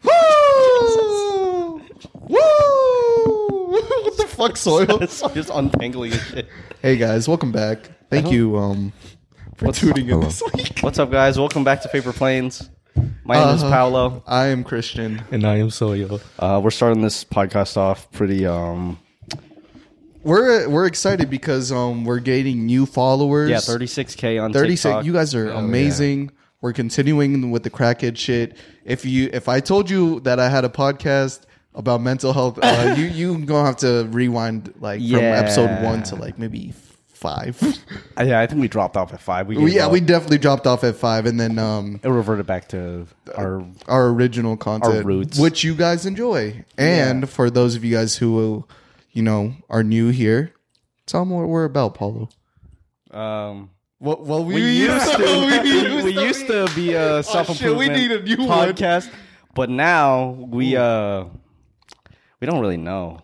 fuck soil. It's just untangling his shit. Hey guys, welcome back. Thank you um, for What's- tuning in Hello. this week. What's up, guys? Welcome back to Paper Planes. My name is Uh-huh. Paolo. I am Christian. And I am Soyo. Uh, we're starting this podcast off pretty. Um, We're we're excited because um we're gaining new followers. yeah, 36k on 36 TikTok. you guys are amazing we're continuing with the crackhead shit if you if i told you that i had a podcast about mental health uh, you you gonna have to rewind like from Yeah. episode one to like maybe five Uh, yeah, I think we dropped off at five. We Well, gave yeah up. we definitely dropped off at five and then um it reverted back to our our original content roots. which you guys enjoy and for those of you guys who you know are new here tell them what we're about paulo um, well, well we, we, used to be a self shit, we improvement need a new one. podcast, but now we uh we don't really know,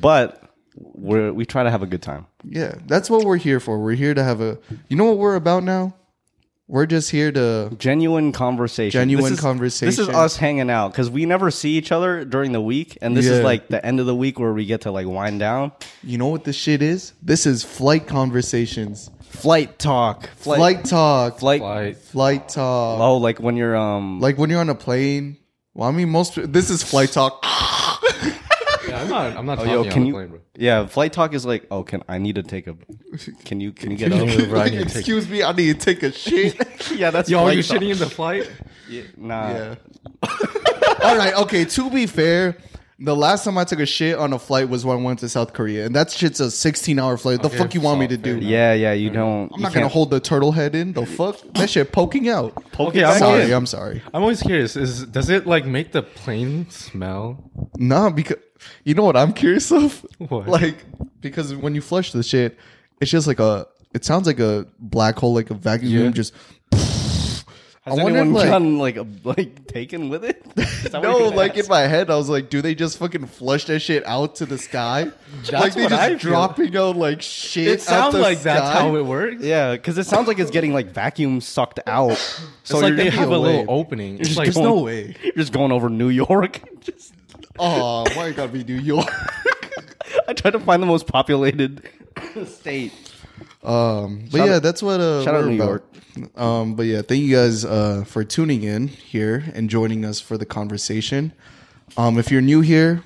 but we we try to have a good time. Yeah, that's what we're here for. We're here to have a. You know what we're about now? We're just here to. Genuine conversation. Genuine This is- This is conversation. us hanging out because we never see each other during the week, and this is Yeah. like the end of the week where we get to like wind down. You know what this shit is? This is flight conversations, Flight talk. flight, talk, flight, Flight. Like, talk. Oh, like when you're um. Like when you're on a plane. Well, I mean, most this is flight talk. yeah, I'm not. I'm not talking Yo, on can the you? plane, bro. Yeah, flight talk is like, oh, can I need to take a? Can you? Can you get over? Bro, I need to take- Excuse me, I need to take a shit. yeah, that's. Yo, are flight you talk. shitting in the flight? Nah. yeah. All right. Okay. To be fair. The last time I took a shit on a flight was when I went to South Korea, and that shit's a 16-hour flight. The Okay, fuck you want me so to fair do? enough. Yeah, yeah, you don't. I'm not gonna hold the turtle head in. The fuck? That shit poking out. Poke it I'm sorry, in. I'm sorry. I'm always curious. Is does it like make the plane smell? Nah, because you know what I'm curious of? What? Like, because when you flush the shit, it's just like a it sounds like a black hole, like a vacuum Yeah. just Has I wonder, anyone like- gotten like a, like taken with it? Is that what No, you're gonna like ask? in my head, I was like, do they just fucking flush that shit out to the sky? like they what just I feel. dropping out like shit. It out sounds the like sky? that's how it works. yeah, because it sounds like it's getting like vacuum sucked out. So It's like you're they just- have a away. little opening. It's just like there's There's going- no way. you're just going over New York. Just- Oh, why you gotta be New York? I tried to find the most populated state. Um, but yeah, that's what uh, shout out we're New about. Um, but yeah, thank you guys uh, for tuning in here and joining us for the conversation. Um, if you're new here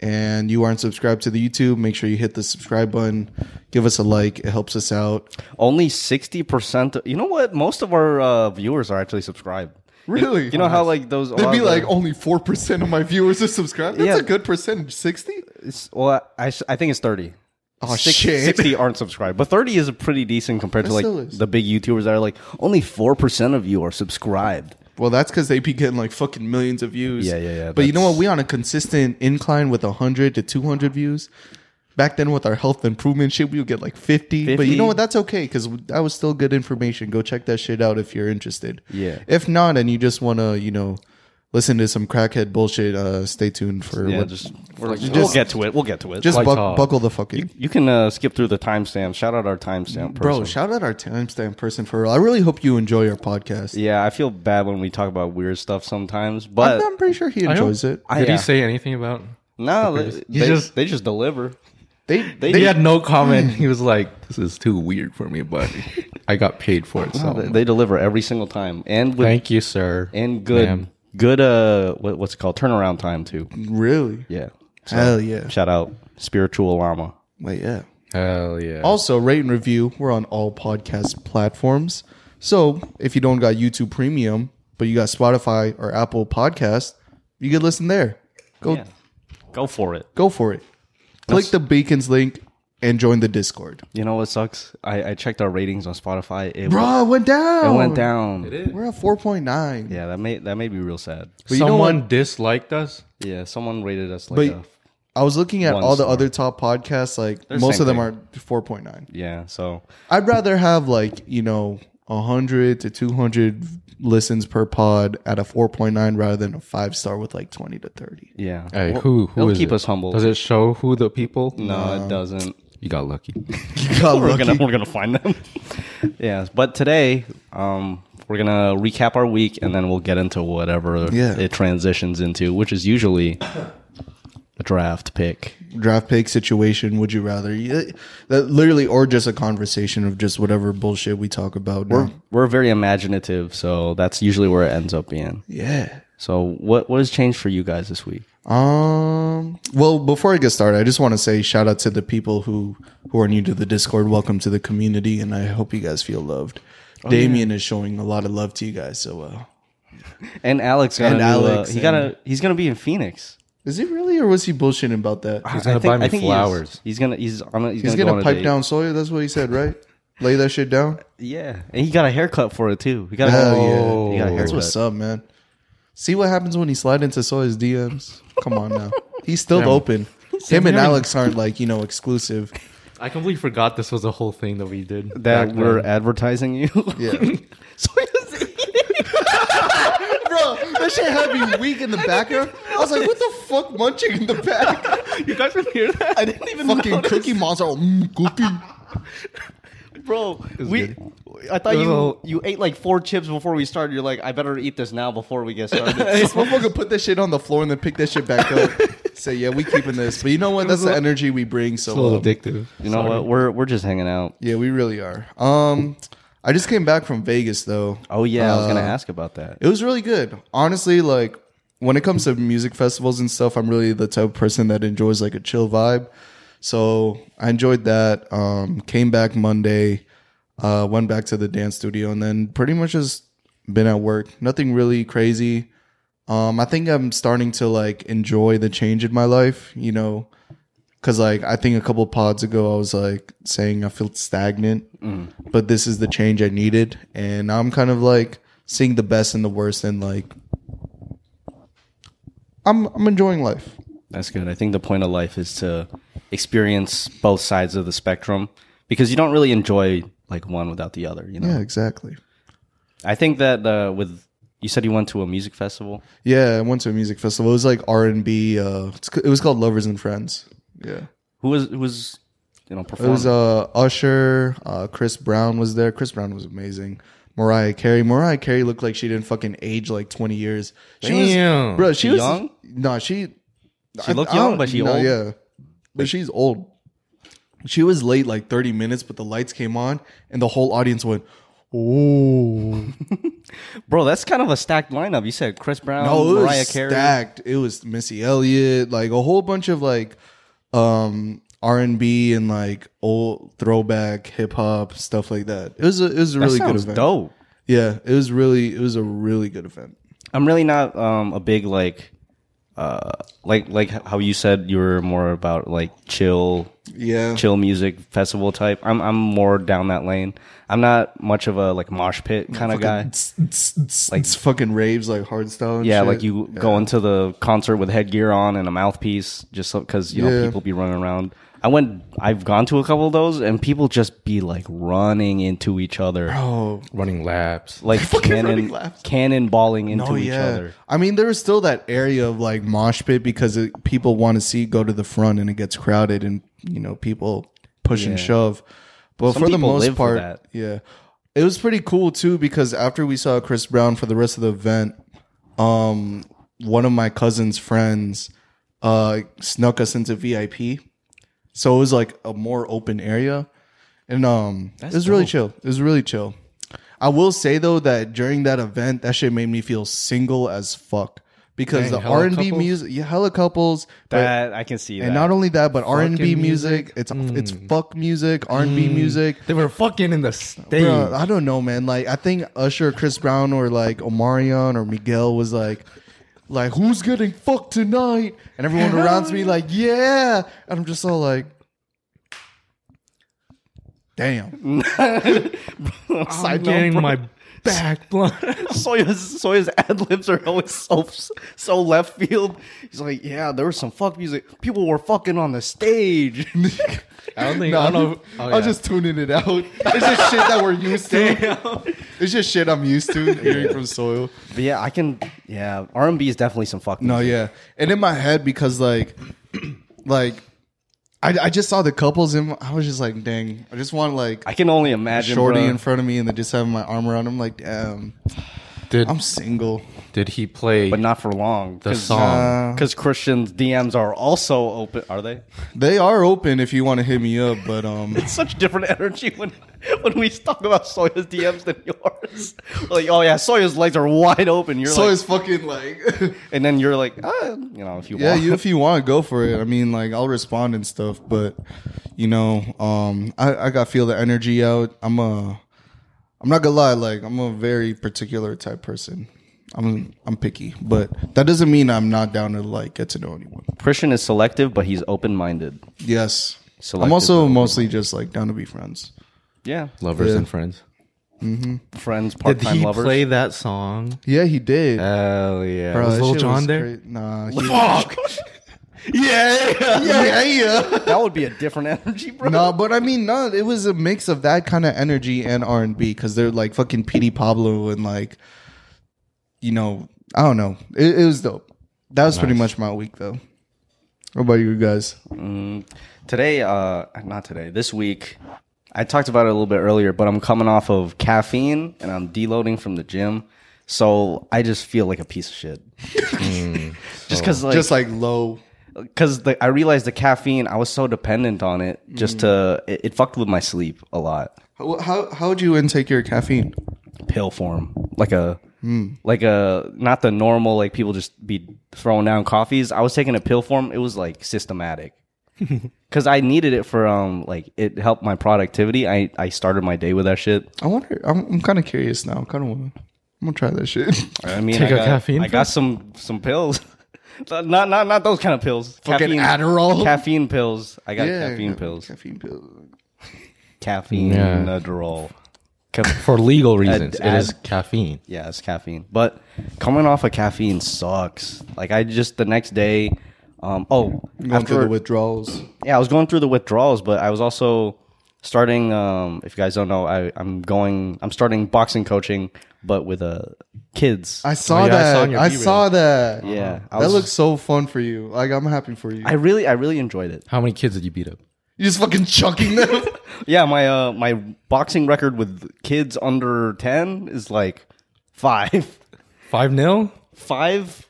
and you aren't subscribed to the YouTube, make sure you hit the subscribe button. Give us a like; it helps us out. Only sixty percent. You know what? Most of our uh, viewers are actually subscribed. You- Really? You, know how like those? a It'd lot be of the- like only four percent of my viewers are subscribed. That's Yeah. a good percentage, sixty. It's, well, I, s- I think it's 30. Oh, Six- shit. 60 aren't subscribed, but 30 is pretty decent compared to That like still is. the big YouTubers that are like only 4% of you are subscribed. Well, that's because they be getting like fucking millions of views. Yeah, yeah, yeah, But you know what? that's- We on a consistent incline with hundred to two hundred views. Back then, with our health improvement shit, we would get like 50. But you 50? know what? That's okay because that was still good information. Go check that shit out if you're interested. Yeah. If not, and you just want to, you know, listen to some crackhead bullshit, uh, stay tuned for Yeah, what. Just, just, we're like, You we'll just- get to it. We'll get to it. just Like buck- talk. buckle the fuck in. you can uh, skip through the timestamp. Shout out our timestamp person. Bro, shout out our timestamp person for real. I really hope you enjoy our podcast. yeah, I feel bad when we talk about weird stuff sometimes, I'm, but I'm pretty sure he I don't- enjoys it. I- Did yeah. he say anything about? no, they, You they- just- they just deliver. They, they, He had no comment. He was like, "This is too weird for me, but I got paid for it." So They, they deliver every single time, and with thank you, sir. and good ma'am. good uh what, what's it called turnaround time too. really? Yeah, Hell yeah. shout out spiritual llama. Oh. Wait, yeah. Hell yeah! Also, rate and review. We're on all podcast platforms. So if you don't got YouTube Premium, but you got Spotify or Apple Podcast, you could listen there. Go Yeah. Go for it. go for it. Click the beacons link and join the Discord. You know what sucks? I, I checked our ratings on Spotify. It, Bruh, it went it down. went down. We're at four point nine. Yeah, that made that made me real sad. But you know Someone what? disliked us. Yeah, someone rated us like But a, I was looking at One all the star. other top podcasts. Like They're the most same of them thing. are four point nine. yeah. So I'd rather have like you know hundred to two hundred listens per pod at a four point nine rather than a five star with like twenty to thirty. yeah, Hey, Well, who who it'll is keep it? us humble. Does it show who the people? no, it doesn't. you got lucky. God, We're lucky. gonna we're gonna find them. yeah, but today um we're gonna recap our week and then we'll get into whatever Yeah. it transitions into, which is usually a draft pick. draft pick situation. Would you rather? Yeah, That literally, or just a conversation of just whatever bullshit we talk about. now. We're very imaginative, so that's usually where it ends up being. yeah. So what what has changed for you guys this week? Um. Well, before I get started, I just want to say shout out to the people who who are new to the Discord. Welcome to the community, and I hope you guys feel loved. Damien is showing a lot of love to you guys. So, uh, And Alex got And a new, uh, Alex he and- got a he's gonna be in Phoenix. is he really, or was he bullshitting about that? He's gonna buy me he is. flowers. He's gonna he's on a, he's, He's gonna, gonna, go on a pipe date. down Sawyer. That's what he said, right? Lay that shit down. Yeah, and he got a haircut for it too. He got a, Hell he got a haircut. Oh, That's what's up, man. See what happens when he slide into Sawyer's DMs. Come on now, he's still open. Him and Alex aren't like you know exclusive. I completely forgot this was a whole thing that we did. back that we're then. advertising you. Yeah. so Bro, that shit had me weak in the background. I was like, what the fuck munching in the back? You guys didn't hear that? I didn't even Fucking notice. cookie monster. Oh, mm, cookie. bro. was We, I thought It was you a whole- you ate like four chips before we started. You're like, I better eat this now before we get started. This motherfucker put that shit on the floor and then pick that shit back up. Say, yeah, we keeping this. But you know what? That's the energy we bring. So It's a little um, addictive. you know what? We're we're just hanging out. Yeah, we really are. Um, I just came back from Vegas though. Oh yeah, I was gonna Uh, ask about that. It was really good. Honestly, like when it comes to music festivals and stuff, I'm really the type of person that enjoys like a chill vibe. So I enjoyed that. Um, came back Monday, uh, went back to the dance studio, and then pretty much just been at work. Nothing really crazy. Um, I think I'm starting to like enjoy the change in my life. You know, because like I think a couple pods ago I was like saying I felt stagnant, but this is the change I needed, and I'm kind of like seeing the best and the worst, and like I'm I'm enjoying life. That's good. I think the point of life is to experience both sides of the spectrum because you don't really enjoy like one without the other. You know. Yeah, exactly. I think that uh, with you said you went to a music festival. Yeah, I went to a music festival. It was like R and B. Uh, it's c- it was called Lovers and Friends. Yeah, Who was who was you know it performing? was uh Usher, uh, Chris Brown was there. Chris Brown was amazing. Mariah Carey. Mariah Carey looked like she didn't fucking age like twenty years. She Damn. was, bro. She, She was young? No, she She looked I don't- young, but she old. Yeah, but she's old. She was late like 30 minutes, but the lights came on and the whole audience went, "Oh!" Bro, that's kind of a stacked lineup. You said Chris Brown, No, oh, it was Oh, Mariah Carey. stacked. It was Missy Elliott, like a whole bunch of like um R&B and like old throwback hip hop stuff like that. It was a, it was a That really good sounds event. dope. Yeah, it was really it was a really good event. I'm really not um, a big like, uh, like like how you said you were more about like chill, Yeah. chill music festival type. I'm I'm more down that lane. I'm not much of a like mosh pit kind of guy. like fucking raves like hardstyle and Yeah, shit. like you go into the concert with headgear on and a mouthpiece, just because you know Yeah. people be running around. I went. I've gone to a couple of those, and people just be like running into each other, Oh, Running laps. like running cannon, laps. cannonballing into Oh each yeah. other. I mean, there is still that area of like mosh pit because it, people want to see go to the front and it gets crowded and you know people push and shove. But Some for the people most live for part, that. yeah, it was pretty cool too because after we saw Chris Brown for the rest of the event, um, one of my cousin's friends uh snuck us into VIP, so it was like a more open area, and um, it was really chill. It was really chill. I will say though that during that event, that shit made me feel single as fuck because Dang, the hella R and B couples? music, yeah, hella couples, but- That I can see that. and not only that, but R and B Fucking Mm. music. It's it's fuck music, R and B music. They were fucking in the stage. Bruh, I don't know, man. Like I think Usher, Chris Brown, or like Omarion or Miguel was like, like who's getting fucked tonight? And everyone around me like, yeah. And I'm just all like, damn. I'm getting my back blown. Soya's Soya's ad libs are always so so left field. He's like, yeah, there was some fuck music. People were fucking on the stage. I don't think. No, I I don't know. Oh, I'm yeah. just tuning it out. It's just shit that we're used to. It's just shit I'm used to hearing from Soil. But yeah, I can. Yeah, R and B is definitely some fuck. No, music. yeah, and in my head because like, like, I, I just saw the couples and I was just like, dang, I just want like I can only imagine. shorty bruh. in front of me and then just having my arm around him, like, damn, Did I'm single. Did he play but not for long. the song? because Christian's DMs are also open. Are they? They are open if you want to hit me up, but um, It's such different energy when when we talk about Soya's DMs than yours. Like, oh yeah, Soya's legs are wide open. You're so like, it's fucking like, and then you're like, ah, you know, if you yeah, want, you, if you want, go for it. I mean, like I'll respond and stuff, but you know, um, I I got to feel the energy out. I'm a, I'm not gonna lie, like I'm a very particular type person. I'm I'm picky, but that doesn't mean I'm not down to like get to know anyone. Christian is selective, but he's open minded. Yes, Selective I'm also though. mostly just like down to be friends. Yeah, Lovers Yeah. and friends. friends, part time lovers. that song? Yeah, he did. Hell yeah. Bro, was that Lil shit was Jon there? great. Nah, he- Fuck. yeah, yeah, yeah. that would be a different energy, bro. No, but I mean, no, it was a mix of that kind of energy and R and B because they're like fucking Petey Pablo and like, you know, I don't know. It, it was dope. That was pretty much my week though. What about you guys? Today, uh, not today, this week, I talked about it a little bit earlier, but I'm coming off of caffeine and I'm deloading from the gym. So I just feel like a piece of shit. just because, like, Mm. Oh. Just like low. because I realized the caffeine, I was so dependent on it Mm. just to, it, it fucked with my sleep a lot. How how how'd you intake your caffeine? Pill form, like a, like a, not the normal, like people just be throwing down coffees. I was taking a pill form. It was like systematic. Cause I needed it for um like it helped my productivity. I I started my day with that shit. I wonder. I'm, I'm kind of curious now. Kind of want. to. I'm gonna try that shit. I mean, Take I a got, caffeine I got some some pills. not not not those kind of pills. Fucking Adderall? Caffeine pills. I got Yeah, caffeine pills. Caffeine pills. Caffeine Yeah. Adderall. For legal reasons, ad- it is caffeine. Yeah, it's caffeine. But coming off of caffeine sucks. Like I just the next day. Um, oh, Going through the withdrawals. yeah, I was going through the withdrawals, but I was also starting. Um, if you guys don't know, I, I'm going. I'm starting boxing coaching, but with uh, kids. Oh, I yeah, saw I saw that. on your I B-roll. saw that. yeah, I That was- looks so fun for you. Like I'm happy for you. I really, I really enjoyed it. How many kids did you beat up? You're just fucking chucking them. Yeah, my uh, my boxing record with kids under ten is like five, Five nil. five,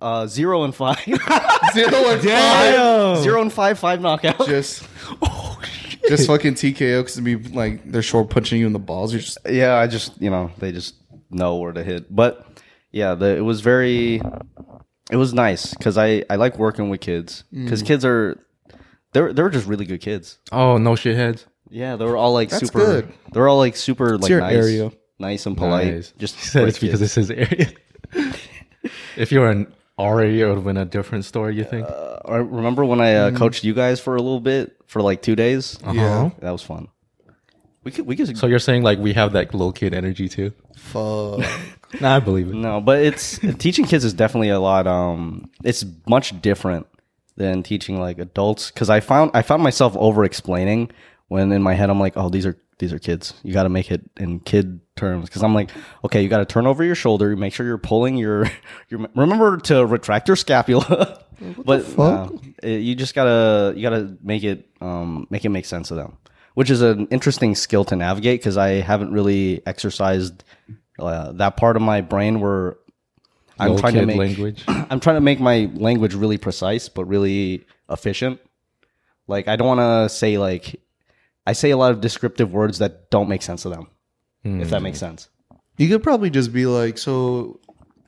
uh, zero and five, Zero and five. zero and five, five knockouts. Just, Oh, just fucking TKO because be like they're short punching you in the balls. You're just Yeah, I just you know they just know where to hit, but yeah, the, it was very, it was nice because I I like working with kids because Mm. kids are they're they're just really good kids. Oh no, shitheads. Yeah, they were all like super. good. They're all like super like your nice, area. nice and polite. Nice. Just He said great it's because kids. it's his area. if you were an RA, it would have been a different story. You think? I remember when I uh, coached you guys for a little bit for like two days. Mm-hmm. Uh-huh. yeah. That was fun. We could, we could, So you're saying like we have that little kid energy too? Fuck. Nah, I believe it. no, but it's teaching kids is definitely a lot. Um, it's much different than teaching like adults because I found I found myself over explaining when in my head I'm like, oh, these are these are kids. You got to make it in kid terms because I'm like, okay, you got to turn over your shoulder, make sure you're pulling your your remember to retract your scapula. but fuck? no, it- you just gotta you gotta make it um make it make sense to them, which is an interesting skill to navigate because I haven't really exercised uh, that part of my brain where I'm Little trying kid to make language. I'm trying to make my language really precise but really efficient. Like I don't want to say like I say a lot of descriptive words that don't make sense to them. If that Hmm. makes sense. you could probably just be like, so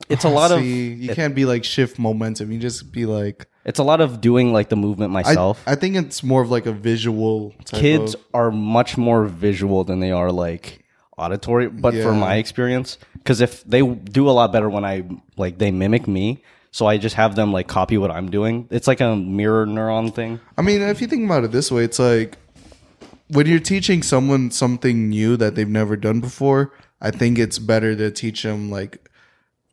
It's a lot of see, you can't be like shift momentum. You just be like, it's a lot of doing like the movement I, myself. I think it's more of like a visual. Type Kids of- are much more visual than they are like auditory, but for Yeah. my experience cuz if they do a lot better when I like they mimic me, so I just have them like copy what I'm doing. It's like a mirror neuron thing. I mean, if you think about it this way, it's like when you're teaching someone something new that they've never done before. I think it's better to teach them like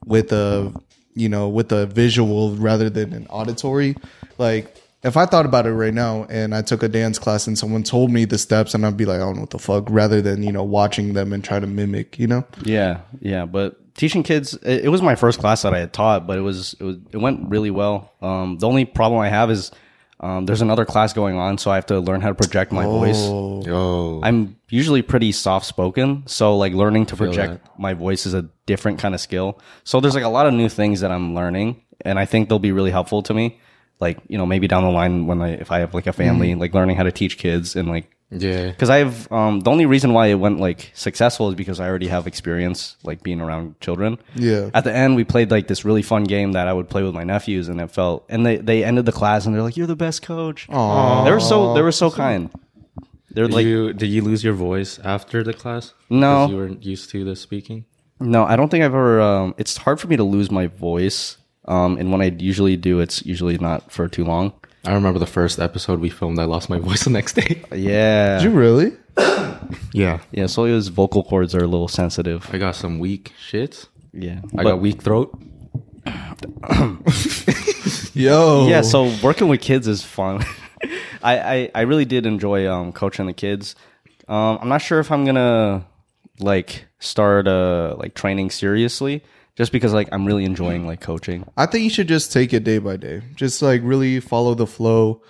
with a you know with a visual rather than an auditory like if i thought about it right now and i took a dance class and someone told me the steps and i'd be like i don't know what the fuck rather than you know watching them and try to mimic you know Yeah, yeah, but teaching kids it, it was my first class that I had taught, but it was it was it went really well. Um the only problem I have is Um, there's another class going on, so I have to learn how to project my voice. Oh, Oh, I'm usually pretty soft spoken, so like learning to project my voice is a different kind of skill. So there's like a lot of new things that I'm learning, and I think they'll be really helpful to me. Like you know, maybe down the line when I if I have like a family, like learning how to teach kids and like yeah. because I've um, the only reason why it went like successful is because I already have experience like being around children. Yeah. At the end, we played like this really fun game that I would play with my nephews, and it felt and they they ended the class and they're like, "You're the best coach." Aww. They were so they were so kind. They're Did like, you did you lose your voice after the class? No. 'Cause you weren't used to the speaking. no, I don't think I've ever. Um, it's hard for me to lose my voice, um, and when I usually do, it's usually not for too long. I remember the first episode we filmed. I lost my voice the next day. Yeah, did you really? yeah, yeah. So his vocal cords are a little sensitive. I got some weak shits. Yeah, I got But- weak throat. Yo. yeah so working with kids is fun I, I i really did enjoy um coaching the kids um i'm not sure if i'm gonna like start uh like training seriously just because like i'm really enjoying like coaching I think you should just take it day by day. Just like really follow the flow.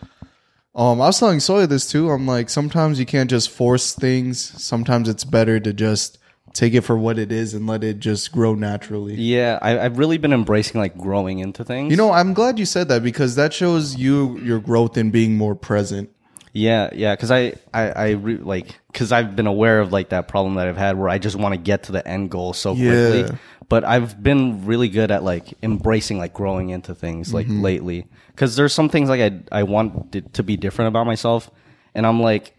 Um, I was telling Sawyer this too. I'm like, sometimes you can't just force things. Sometimes it's better to just take it for what it is and let it just grow naturally. yeah I, i've really been embracing like growing into things You know, I'm glad you said that because that shows you your growth in being more present. yeah yeah because i i i re- like because i've been aware of like that problem that i've had where i just want to get to the end goal so quickly Yeah. but I've been really good at like embracing like growing into things like Mm-hmm. lately because there's some things like I I want it to be different about myself, and I'm like,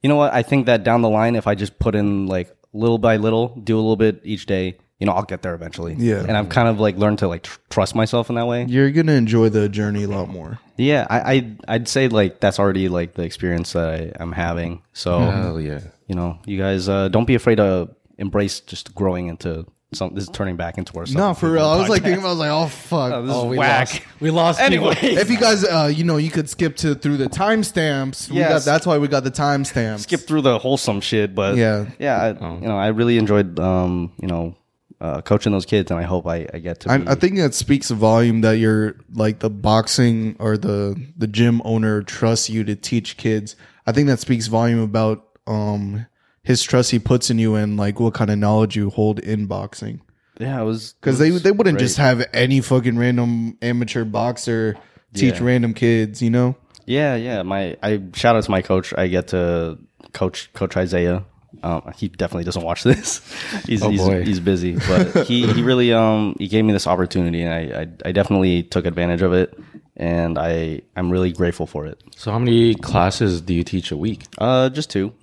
you know what? I think that down the line, if I just put in like little by little, do a little bit each day, you know, I'll get there eventually. Yeah. and I've kind of like learned to like tr- trust myself in that way. You're gonna enjoy the journey a lot more. Yeah, I, I I'd say like that's already like the experience that I, I'm having. So Hell yeah. you know, you guys uh, don't be afraid to embrace just growing into. Some, this is turning back into ourselves. No, for real. I was like thinking, I was like, oh fuck. Oh, Oh, we lost. We lost. Anyway, if you guys, uh, you know, you could skip to through the timestamps. We got Yes. That's why we got the timestamps. skip through the wholesome shit, but Yeah. yeah, I, you know, I really enjoyed, um, you know, uh, coaching those kids, and I hope I, I get to. I, be- I think that speaks volume that you're like the boxing or the the gym owner trusts you to teach kids. I think that speaks volume about um his trust he puts in you and like what kind of knowledge you hold in boxing. yeah, it was Because they they wouldn't just have any fucking random amateur boxer teach Yeah. random kids, you know. yeah, yeah. My I shout out to my coach. I get to coach Coach Isaiah. Um, he definitely doesn't watch this. he's, boy. he's he's busy, but he, he really um he gave me this opportunity, and I, I I definitely took advantage of it, and I I'm really grateful for it. So how many classes do you teach a week? Uh, just two,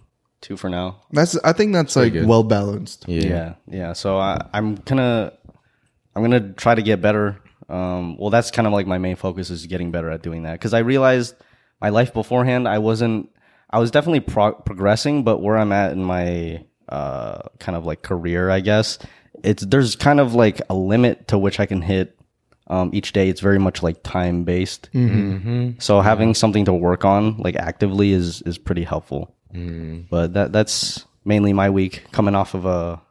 two for now. That's I think that's like well balanced. yeah yeah so I, i'm gonna i'm gonna try to get better um, well that's kind of like my main focus is getting better at doing that because i realized my life beforehand i wasn't i was definitely pro- progressing but where i'm at in my uh, kind of like career i guess it's there's kind of like a limit to which i can hit um, each day it's very much like time based so having something to work on like actively is is pretty helpful but that that's mainly my week coming off of a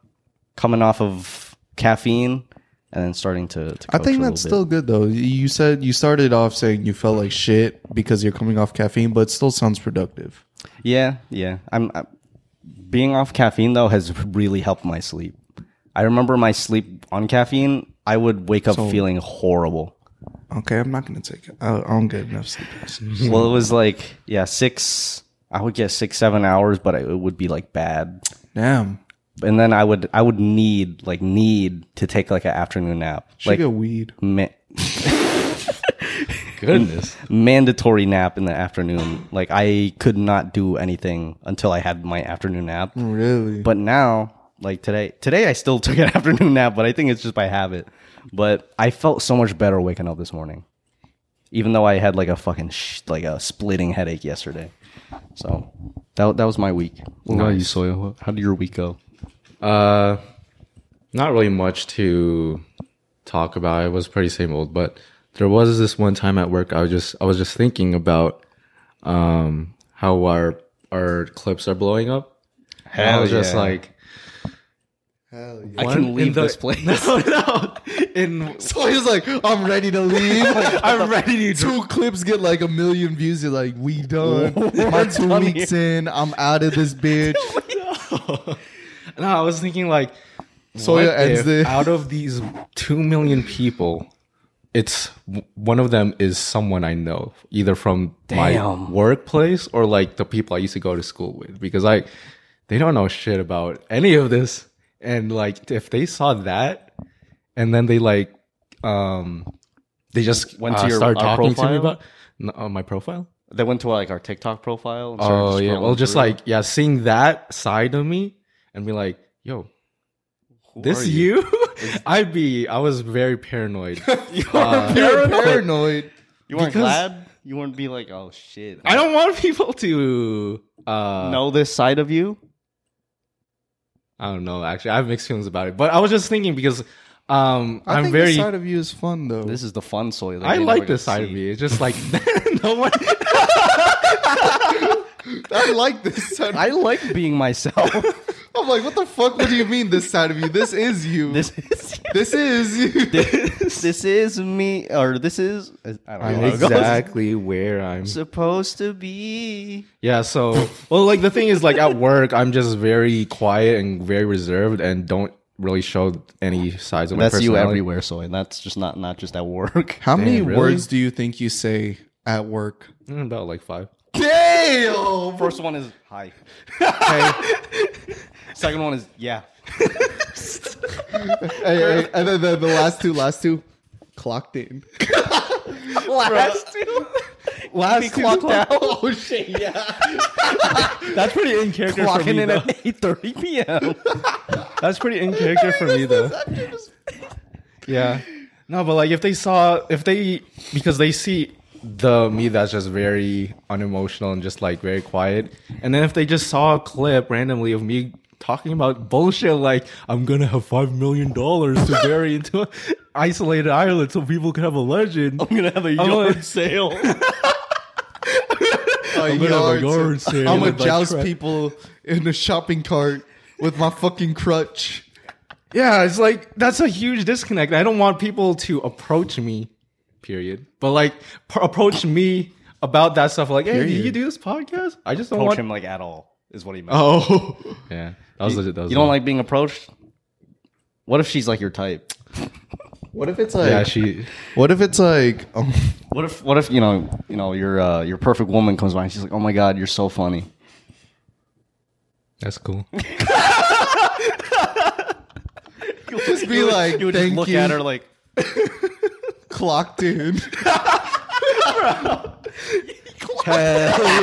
coming off of caffeine and then starting to, to I think coach a little that's bit. still good though. You said you started off saying you felt like shit because you're coming off caffeine, but it still sounds productive. yeah yeah i'm I, being off caffeine though has really helped my sleep i remember my sleep on caffeine i would wake up feeling horrible Okay, I'm not gonna take it. I, I don't get enough sleep. well it was like yeah six i would get six seven hours but it would be like bad Damn, and then i would i would need like need to take like an afternoon nap should like get weed. ma- Goodness. mandatory nap in the afternoon. Like I could not do anything until I had my afternoon nap. Really? But now, like today, today I still took an afternoon nap, but I think it's just by habit. But I felt so much better waking up this morning, even though I had like a fucking sh- like a splitting headache yesterday. So that that was my week. What about you, Soil? How did your week go? Uh, not really much to talk about. It was pretty same old, but there was this one time at work. I was just I was just thinking about um how Oh, our our clips are blowing up. And I was just like, Hell yeah. I can leave the- this place. No, no. In so he's like, I'm ready to leave. I'm ready to. two clips get like a million views. You're like, we done. My two done weeks in, I'm out of this bitch. No, I was thinking like, Sawyer what ends if this. out of these two million people, it's one of them is someone I know, either from my Damn. workplace or like the people I used to go to school with, because like they don't know shit about any of this, and like if they saw that, and then they like, um, they just Went went to to your- start our talking to me profile? about no, uh, my profile. They went to like our TikTok profile. And started Oh yeah, scrolling well, just through. like yeah, seeing that side of me and be like, yo, Who are this you? I'd be. I was very paranoid. Uh, Uh, You're paranoid. You weren't Because- glad. You wouldn't be like, oh shit. I don't want people to. Uh, know this side of you. I don't know. Actually, I have mixed feelings about it. But I was just thinking because um, I I'm think very. this side of you is fun though. This is the fun soil. that I you're like never this gonna side of see. me. It's just like no one. I like this side. I like being myself. I'm like, what the fuck? What do you mean this side of you? This is you. This, this is is you. this, is me, or this is I don't know. I'm how it goes. exactly where I'm. supposed to be. Yeah, so well, like the thing is, like at work, I'm just very quiet and very reserved, and don't really show any signs of my That's you personality. everywhere, soy. That's just not not just at work. How many really? words do you think you say at work? Mm, About like five. Damn. First one is hi. Second one is yeah. Hey, hey, and then the, the last two, last two, clocked in. Last two. Last two clocked out. Oh shit! Yeah. That's pretty in character Walking in at eight thirty p.m. That's pretty in character for me though. Yeah. No, but like if they saw if they because they see the me that's just very unemotional and just like very quiet. And then if they just saw a clip randomly of me talking about bullshit like I'm gonna have five million dollars to bury into an isolated island so people can have a legend. I'm gonna have a I'm yard gonna- sale. I'm gonna have a yard sale I'm gonna with my joust crutch. people in a shopping cart with my fucking crutch. Yeah, it's like that's a huge disconnect. I don't want people to approach me, period. But like pr- approach me about that stuff. Like, hey, did you do this podcast? I just don't Approach want. him like at all is what he meant. Oh, Yeah, that was legit. That was you don't like being approached. What if she's like your type? what if it's like? Yeah, she. what if it's like? Um, What if what if you know you know your uh, your perfect woman comes by and she's like, oh my god, you're so funny. That's cool. just be like, You would thank just look you. at her like, Clocked in.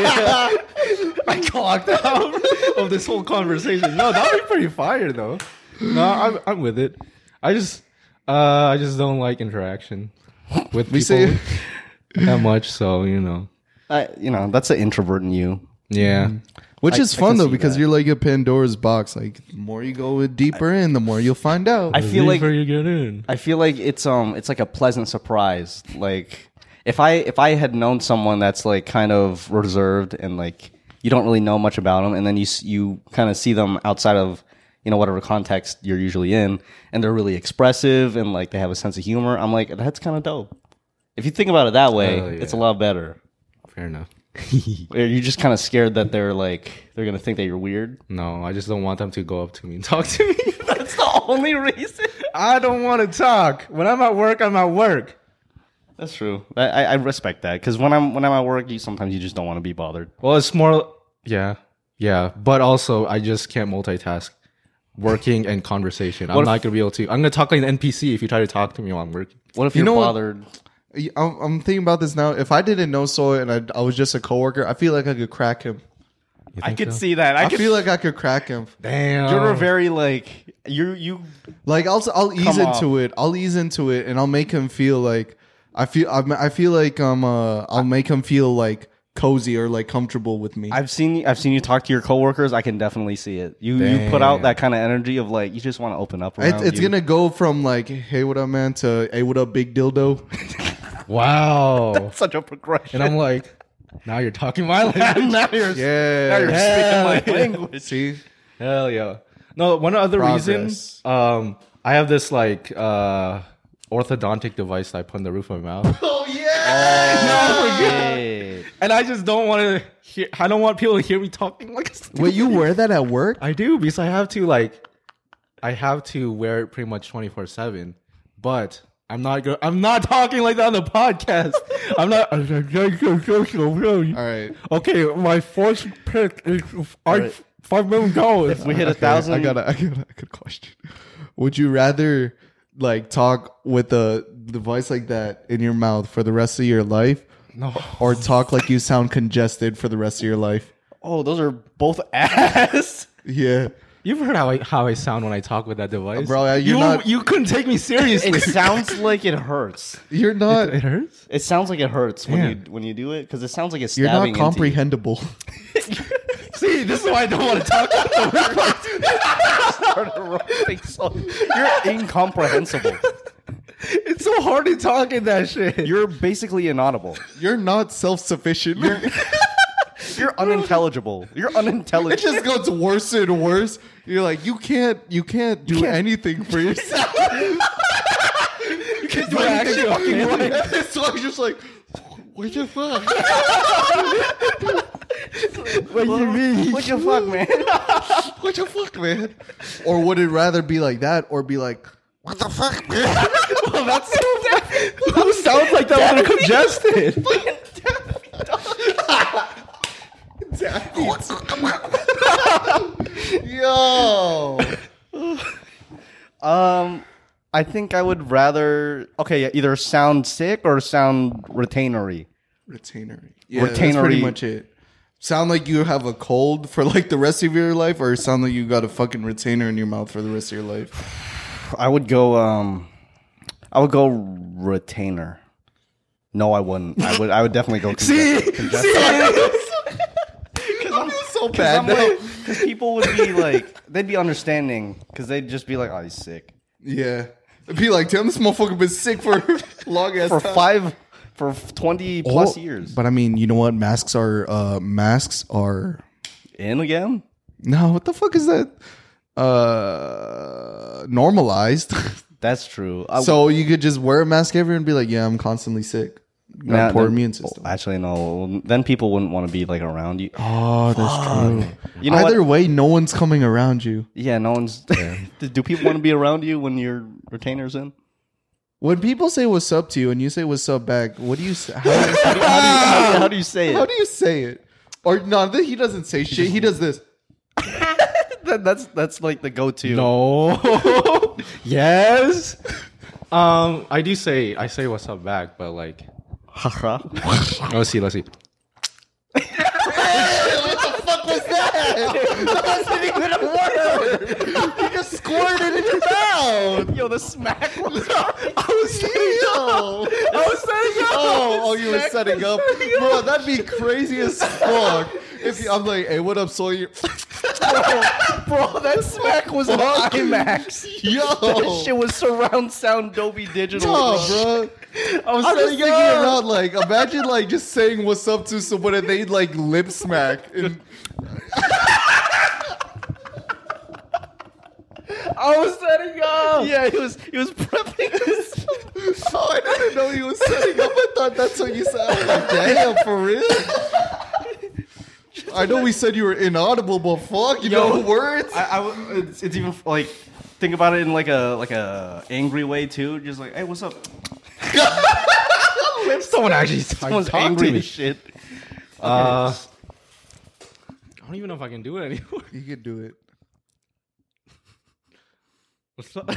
I clocked out of this whole conversation. No, that would be pretty fire though. No, I'm I'm with it. I just uh I just don't like interaction with people We say that much. So you know. I, you know, that's an introvert in you. Yeah. Which I- is I fun can though see because that. you're like a Pandora's box. Like the more you go deeper in, the more you'll find out. I feel like you get in. I feel like it's um it's like a pleasant surprise. Like if I if I had known someone that's like kind of reserved and like you don't really know much about them, and then you s- you kind of see them outside of you know whatever context you're usually in, and they're really expressive and like they have a sense of humor. I'm like that's kind of dope. If you think about it that way, Oh, yeah. it's a lot better. Fair enough. Or You're just kind of scared that they're like they're gonna think that you're weird. No, I just don't want them to go up to me and talk to me. That's the only reason. I don't want to talk. When I'm at work, I'm at work. That's true. I, I I respect that because when I'm when I'm at work, you sometimes you just don't want to be bothered. Well, it's more. Yeah, yeah. But also, I just can't multitask. Working and conversation. I'm if- not gonna be able to. I'm gonna talk like an NPC if you try to talk to me while I'm working. What if You you're know what- bothered? I'm, I'm thinking about this now. If I didn't know Soy and I, I was just a coworker, I feel like I could crack him. I could see that. I, I could. feel like uh, I could crack him. Damn. you're a very like you you. Like I'll I'll ease Come into off. it. I'll ease into it, and I'll make him feel like I feel I'm, I feel like um uh I'll make him feel like cozy or like comfortable with me. I've seen you. I've seen you talk to your coworkers. I can definitely see it. You you put out that kind of energy of like you just want to open up. It's, Around it's you. gonna go from like hey what up man to hey what up big dildo. wow. such a progression. and I'm like, now you're talking my language. now you're Yeah. now you're Hell speaking my language. See, Hell yeah. No, one other Progress. reason. Um, I have this like uh orthodontic device that I put in the roof of my mouth, Oh yeah! Hey. and I just don't want to hear. I don't want people to hear me talking like this. Will you wear that at work? I do because I have to like, I have to wear it pretty much twenty four seven. But I'm not. Go- I'm not talking like that on the podcast. I'm not. All right. Okay, my fourth pick is five, five million dollars. We hit a thousand. I got a, I got a good question. Would you rather like talk with a device like that in your mouth for the rest of your life? No. Or talk like you sound congested for the rest of your life? oh, those are both ass. Yeah. You've heard how I how I sound when I talk with that device, Bro, you're you not- you couldn't take me seriously. It sounds like it hurts. You're not it hurts. It sounds like it hurts when Yeah. you when you do it because it sounds like it's you're stabbing not comprehensible. See, this is why I don't want to talk. into you. So- you're incomprehensible. It's so hard to talk in that shit. You're basically inaudible. You're not self-sufficient. You're unintelligible. You're it unintelligent. just goes worse and worse. You're like, you can't you can't do anything for yourself. you can do anything fucking okay. right. So I'm just like, what the fuck? what you mean? What the fuck, man? What the fuck, man? Or would it rather be like that, or be like, what the fuck, man? Well, that's so. Who sounds like that when they're congested? Yo, Um, I think I would rather okay, yeah, either sound sick or sound retainery. retainery. Yeah, That's Retainery. pretty much it. Sound like you have a cold for like the rest of your life, or sound like you got a fucking retainer in your mouth for the rest of your life. I would go. Um, I would go retainer. No, I wouldn't. I would. I would definitely go. See, Congested. see, So Because bad. now. people would be like, they'd be understanding because they'd just be like, "Oh, he's sick yeah, It'd be like, damn, this motherfucker been sick for long ass for time. five, for twenty plus Oh, years." But I mean, you know what? Masks are uh, masks are In again? no. What the fuck is that? Uh, normalized. That's true. I, So you could just wear a mask everywhere and be like, "Yeah, I'm constantly sick. Got now- poor then- immune system." oh, actually, no. Then people wouldn't want to be like around you. Oh, that's true. You know Either what? way, no one's coming around you. Yeah, no one's. do people want to be around you when your retainer's in? When people say "what's up" to you and you say "what's up" back, what do you say? How do you, How do you, how do you- Ah! how do you say it? how do you say it? Or no, th- he doesn't say shit. He does this. That- that's that's like the go-to. no. yes. Um, I do say I say what's up back, but like, Haha. let's see, let's see. He just squirted in your mouth. Yo, the smack was Yo. I was setting up. Oh, oh, you were setting up, bro. That'd be crazy as fuck. If you, I'm like, hey, what up, Sawyer? bro. That smack was an IMAX. Yo, That shit was surround sound Dolby Digital. no, bro. I was I'm just setting thinking up. about like imagine like just saying what's up to someone and they like lip smack and I was setting up. Yeah, he was he was prepping. oh I didn't know you was setting up. I thought that's what you sounded like. Damn, for real. I know we said you were inaudible, but fuck, you Yo. know words. I, I w- it's, it's even like think about it in like a like a angry way too. Just like, hey, what's up? Someone actually Someone's talked angry to me. as shit. Uh, I don't even know if I can do it anymore. you could do it. What's up?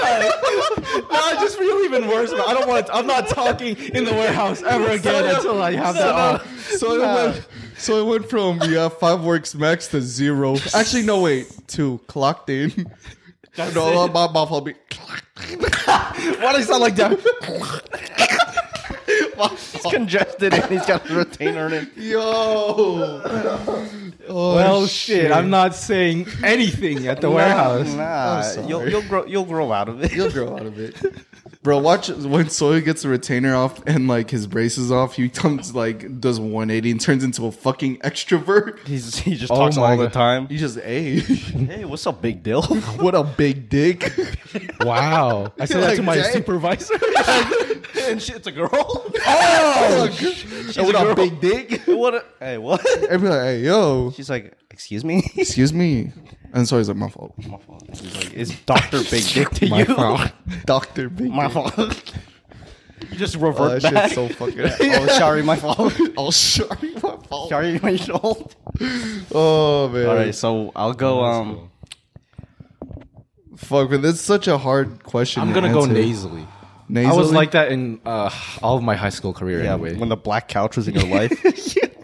no, it just feels even worse. but I don't want. I'm not talking in the warehouse ever again until I have that. on. So it went so it went from yeah, five works max to zero. Actually no wait, two clocked in. no, my mouth will be Why do I sound like that? He's congested and he's got a retainer in it. Yo Oh Well, shit. I'm not saying anything at the warehouse. Nah, sorry. you'll you'll grow you'll grow out of it. You'll grow out of it. Bro, watch when Sawyer gets the retainer off and like his braces off, he comes like does 180 and turns into a fucking extrovert. He's, he just talks all the time. He just a hey, Hey, what's up, big deal? what a big dick. Wow. I said that to my Like, dang. supervisor. and shit, it's a girl. oh, she's a girl. big dick. what? A, hey, what? And be like, hey, yo, She's like, excuse me. excuse me. And Sawyer's like, my fault, She's like, is Doctor Big Dick to My you? fault. Doctor Big. My Dick. fault. you just Oh, revert that back. shit's so fucking. oh, sorry, my fault. Oh, sorry, my fault. Sorry, my fault. Oh man. All right, so I'll go. Um, Fuck, but that's such a hard question. I'm to gonna go answer. nasally. Nasally. I was like that in uh, all of my high school career. yeah, anyway, when the black couch was in your life,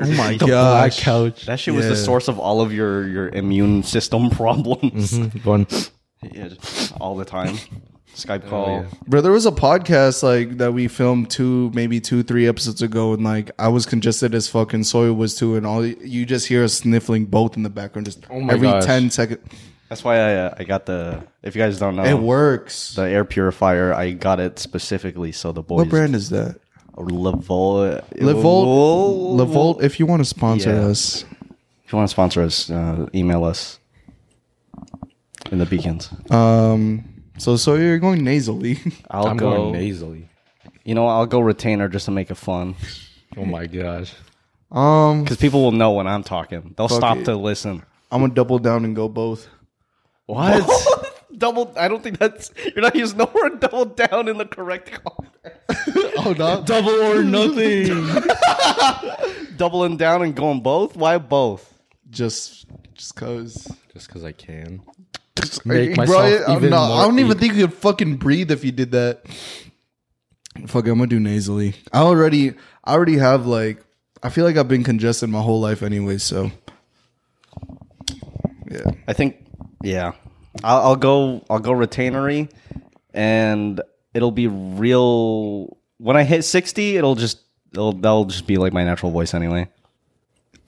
oh my black gosh. couch. that shit was the Yeah. source of all of your your immune system problems. Mm-hmm. Going, Yeah, just all the time. Skype call. Bro, there was a podcast like that we filmed two, maybe two, three episodes ago, and like I was congested as fuck, and Sawyer was too, and all you just hear us sniffling both in the background, just my every gosh. ten second. That's why I uh, I got the. If you guys don't know, It works. the air purifier. I got it specifically so the boys. What brand is that? Levolt. Levolt. Levolt. If you want to sponsor Yeah. us, If you want to sponsor us, uh, email us in the beacons. um. So Sawyer, you're going nasally. I'll I'm go. going nasally. You know, I'll go retainer just to make it fun Oh my gosh. um, because people will know when I'm talking. They'll stop it. to listen. I'm gonna double down and go both. What? double? I don't think that's. You're not using the word double down in the correct. Oh no! Double or nothing. Doubling down and going both? Why both? just, just cause. Just because I can. Make Make bro, myself I- I'm even not- I more don't even evil. think you could fucking breathe if you did that. Fuck, I'm gonna do nasally. I already, I already have like, I feel like I've been congested my whole life anyway. So, yeah, I think, yeah, I'll, I'll go. I'll go retainery, and it'll be real. When I hit sixty, it'll just it'll that'll just be like my natural voice anyway.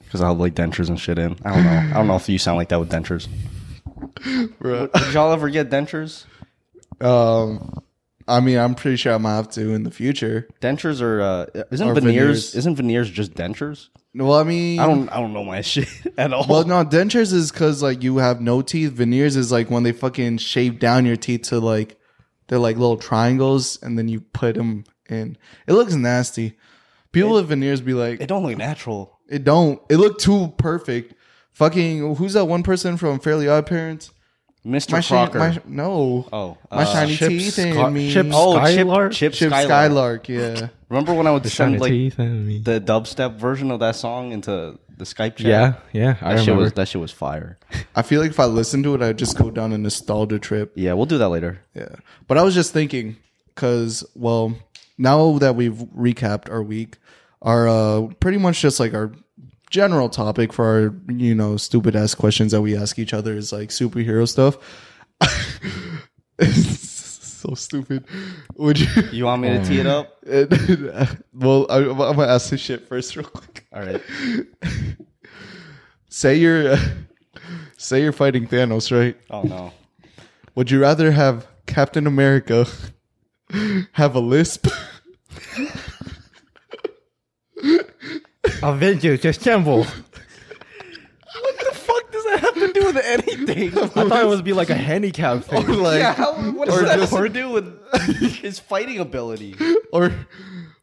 Because I'll have like dentures and shit in. I don't know. I don't know if you sound like that with dentures. bro. Did y'all ever get dentures? Um, I mean, I'm pretty sure I might have to in the future. Dentures are uh, isn't Or veneers, veneers. Isn't veneers just dentures? Well, I mean, I don't. I don't know my shit at all. Well, no, dentures is because like you have no teeth. Veneers is like when they fucking shave down your teeth to like they're like little triangles, and then you put them in. It looks nasty. People with veneers be like, it it, don't look natural. don't. It looked too perfect. Fucking who's that one person from Fairly Odd Parents? Mr. My shi- Crocker. my sh- no. oh, my uh, shiny Chip teeth and Scar- me. Chip Oh, Skylark? Chip, Chip, Chip Skylark. Skylark. Yeah. Remember when I would send like me. the dubstep version of that song into the Skype chat. Yeah, yeah. I that shit remember. was that shit was fire. I feel like if I listened to it, I'd just go down a nostalgia trip. Yeah, we'll do that later. Yeah. But I was just thinking, because, well, now that we've recapped our week, our uh, pretty much just like our general topic for our, you know, stupid ass questions that we ask each other is like superhero stuff. it's so stupid. Would you? You want me to tee it up? well, I, I'm going to ask this shit first, real quick. All right. Say you're. Uh, Say you're fighting Thanos, right? Oh no. Would you rather have Captain America have a lisp Avengers, just tremble. Fuck does that have to do with anything? I thought it would be like a handicap thing. like how, what does that have to do with his fighting ability? or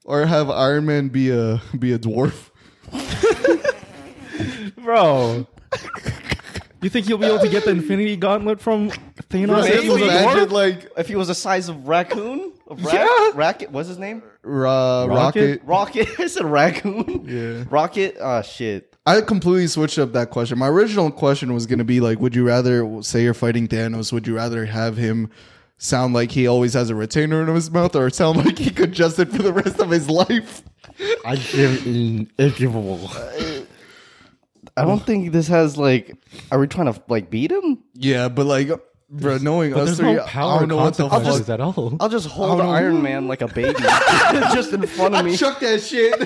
or have Iron Man be a be a dwarf. Oh, Bro. You think you'll be able to get the Infinity Gauntlet from Thanos? Maybe. Just imagine like If he was the size of raccoon, of ra- Yeah. racket, what's his name? ra- Rocket. Rocket? Rocket. I said raccoon. Yeah. Rocket. Ah, shit. I completely switched up that question. My original question was going to be like, would you rather say you're fighting Thanos? Would you rather have him sound like he always has a retainer in his mouth, or sound like he congested for the rest of his life? I give in irrevocable. I don't think this has like. Are we trying to like beat him? Yeah, but like, bro, knowing us There's three, no I power don't know what the fuck. consequences at all. I'll just hold Iron Man like a baby, just in front of me. Chuck that shit.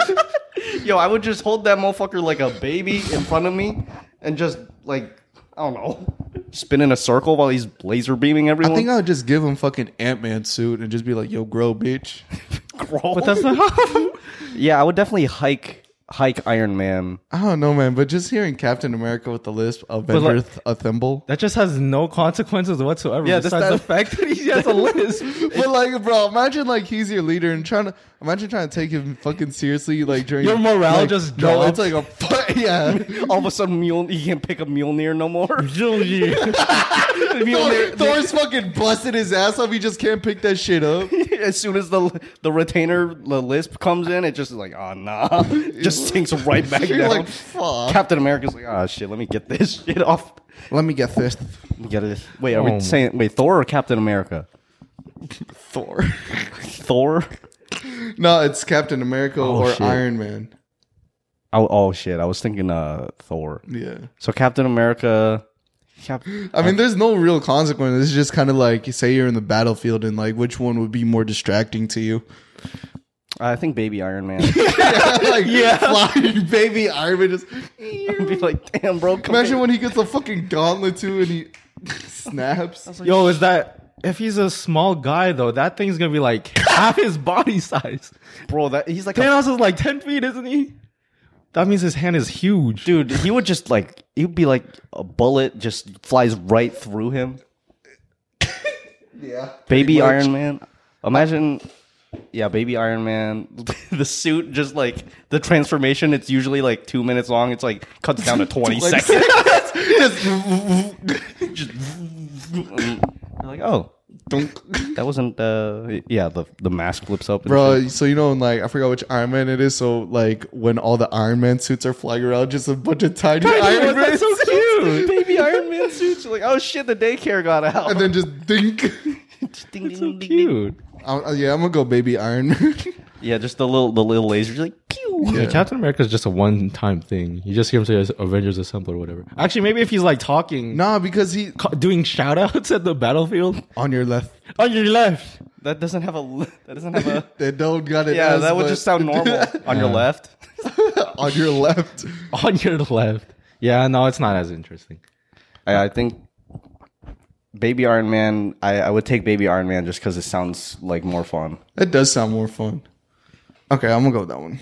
Yo, I would just hold that motherfucker like a baby in front of me and just like I don't know. spin in a circle while he's laser beaming everyone? I think I would just give him fucking Ant Man suit and just be like, "Yo, grow, bitch." Grow. But that's not. yeah, I would definitely hike hike Iron Man. I don't know, man, but just hearing Captain America with the lisp of Bender like- th- a thimble. That just has no consequences whatsoever. Yeah, Yeah, this- that- besides the fact that he has a lisp. But like, bro, imagine like he's your leader and trying to imagine trying to take him fucking seriously. Like during Your morale like, just no, it's drops. like a fu- yeah. All of a sudden, Mule he can't pick a Mjolnir no more. Thor, Thor's fucking busted his ass off. He just can't pick that shit up. as soon as the the retainer the lisp comes in, it just is like, oh nah, just sinks right back You're down. like, fuck. Captain America's like, oh shit, let me get this shit off. Let me get this. Let me Get this. Wait, are Oh. we saying wait Thor or Captain America? Thor. Thor. no, it's Captain America or shit. Iron Man. Oh, oh shit, I was thinking uh Thor. Yeah. So Captain America. Cap- I mean, there's no real consequence. It's just kind of like, say you're in the battlefield and like, which one would be more distracting to you? I think Baby Iron Man. like, yeah. Flying baby Iron Man just. I'd be like, damn, bro. Come Imagine here." when he gets a fucking gauntlet too and he snaps. Yo, is that if he's a small guy though? That thing's gonna be like half his body size. bro. That he's like, a- Thanos is like ten feet, isn't he? That means his hand is huge. dude. He would just like, he would be like a bullet just flies right through him. Yeah. Baby much. Iron Man. Imagine, yeah, Baby Iron Man. the suit just like the transformation. It's usually like two minutes long. It's like cuts down to twenty Like- seconds. Just- You're like, oh, that wasn't. Uh, yeah, the the mask flips up. and shit. Bro, so you know, in, like I forgot which Iron Man it is. So like when all the Iron Man suits are flying around, just a bunch of tiny, Iron ones, Man that's so suits. cute. Baby Iron Man suits. You're like, oh shit, the daycare got out. and then just dink. Ding, ding, ding, ding. Dude, I'm, uh, yeah, I'm gonna go baby Iron Man. Yeah, just the little the little laser. Just like, pew. Yeah. Captain America is just a one-time thing. You just hear him say Avengers Assemble or whatever. Actually, maybe if he's like talking, nah, because he ca- doing shout-outs at the battlefield on your left. on your left. That doesn't have a. li- That doesn't have a. They don't got it. Yeah, as that would much. just sound normal on your left. on your left. on your left. Yeah, no, it's not as interesting. I, I think Baby Iron Man. I, I would take Baby Iron Man just because it sounds like more fun. That does sound more fun. Okay, I'm gonna go with that one.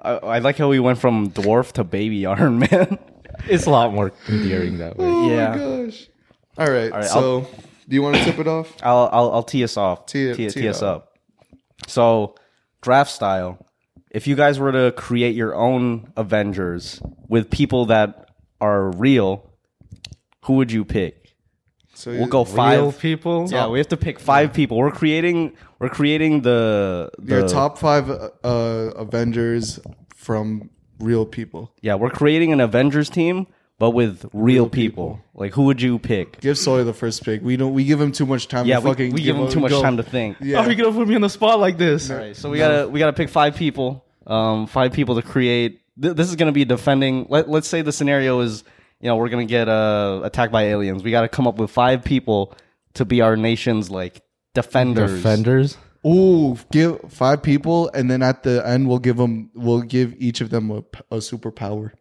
I, I like how we went from dwarf to Baby Iron Man. It's a lot more endearing that way. yeah, Oh my gosh. All right. right, so, do you want to tip it off? I'll, I'll I'll tee us off. Tee- Tee, tee tee, it us up. So draft style. If you guys were to create your own Avengers with people that are real, who would you pick? So We'll go Real five. people. Yeah, Uh, we have to pick five people. We're creating we're creating the, the Your top five uh, uh, Avengers from real people. Yeah, we're creating an Avengers team, but with real, people. Like, who would you pick? Give Sawyer the first pick. We don't. We give him too much time. Yeah, to we, fucking we give them a too much go. time to think. Yeah. Are you gonna put me on the spot like this? All right, so we gotta we gotta pick five people. Um, five people to create. Th- this is gonna be defending. Let Let's say the scenario is, you know, we're gonna get uh, attacked by aliens. We gotta come up with five people to be our nation's like defenders. Defenders. Ooh, give five people, and then at the end we'll give them. We'll give each of them a, p- a superpower.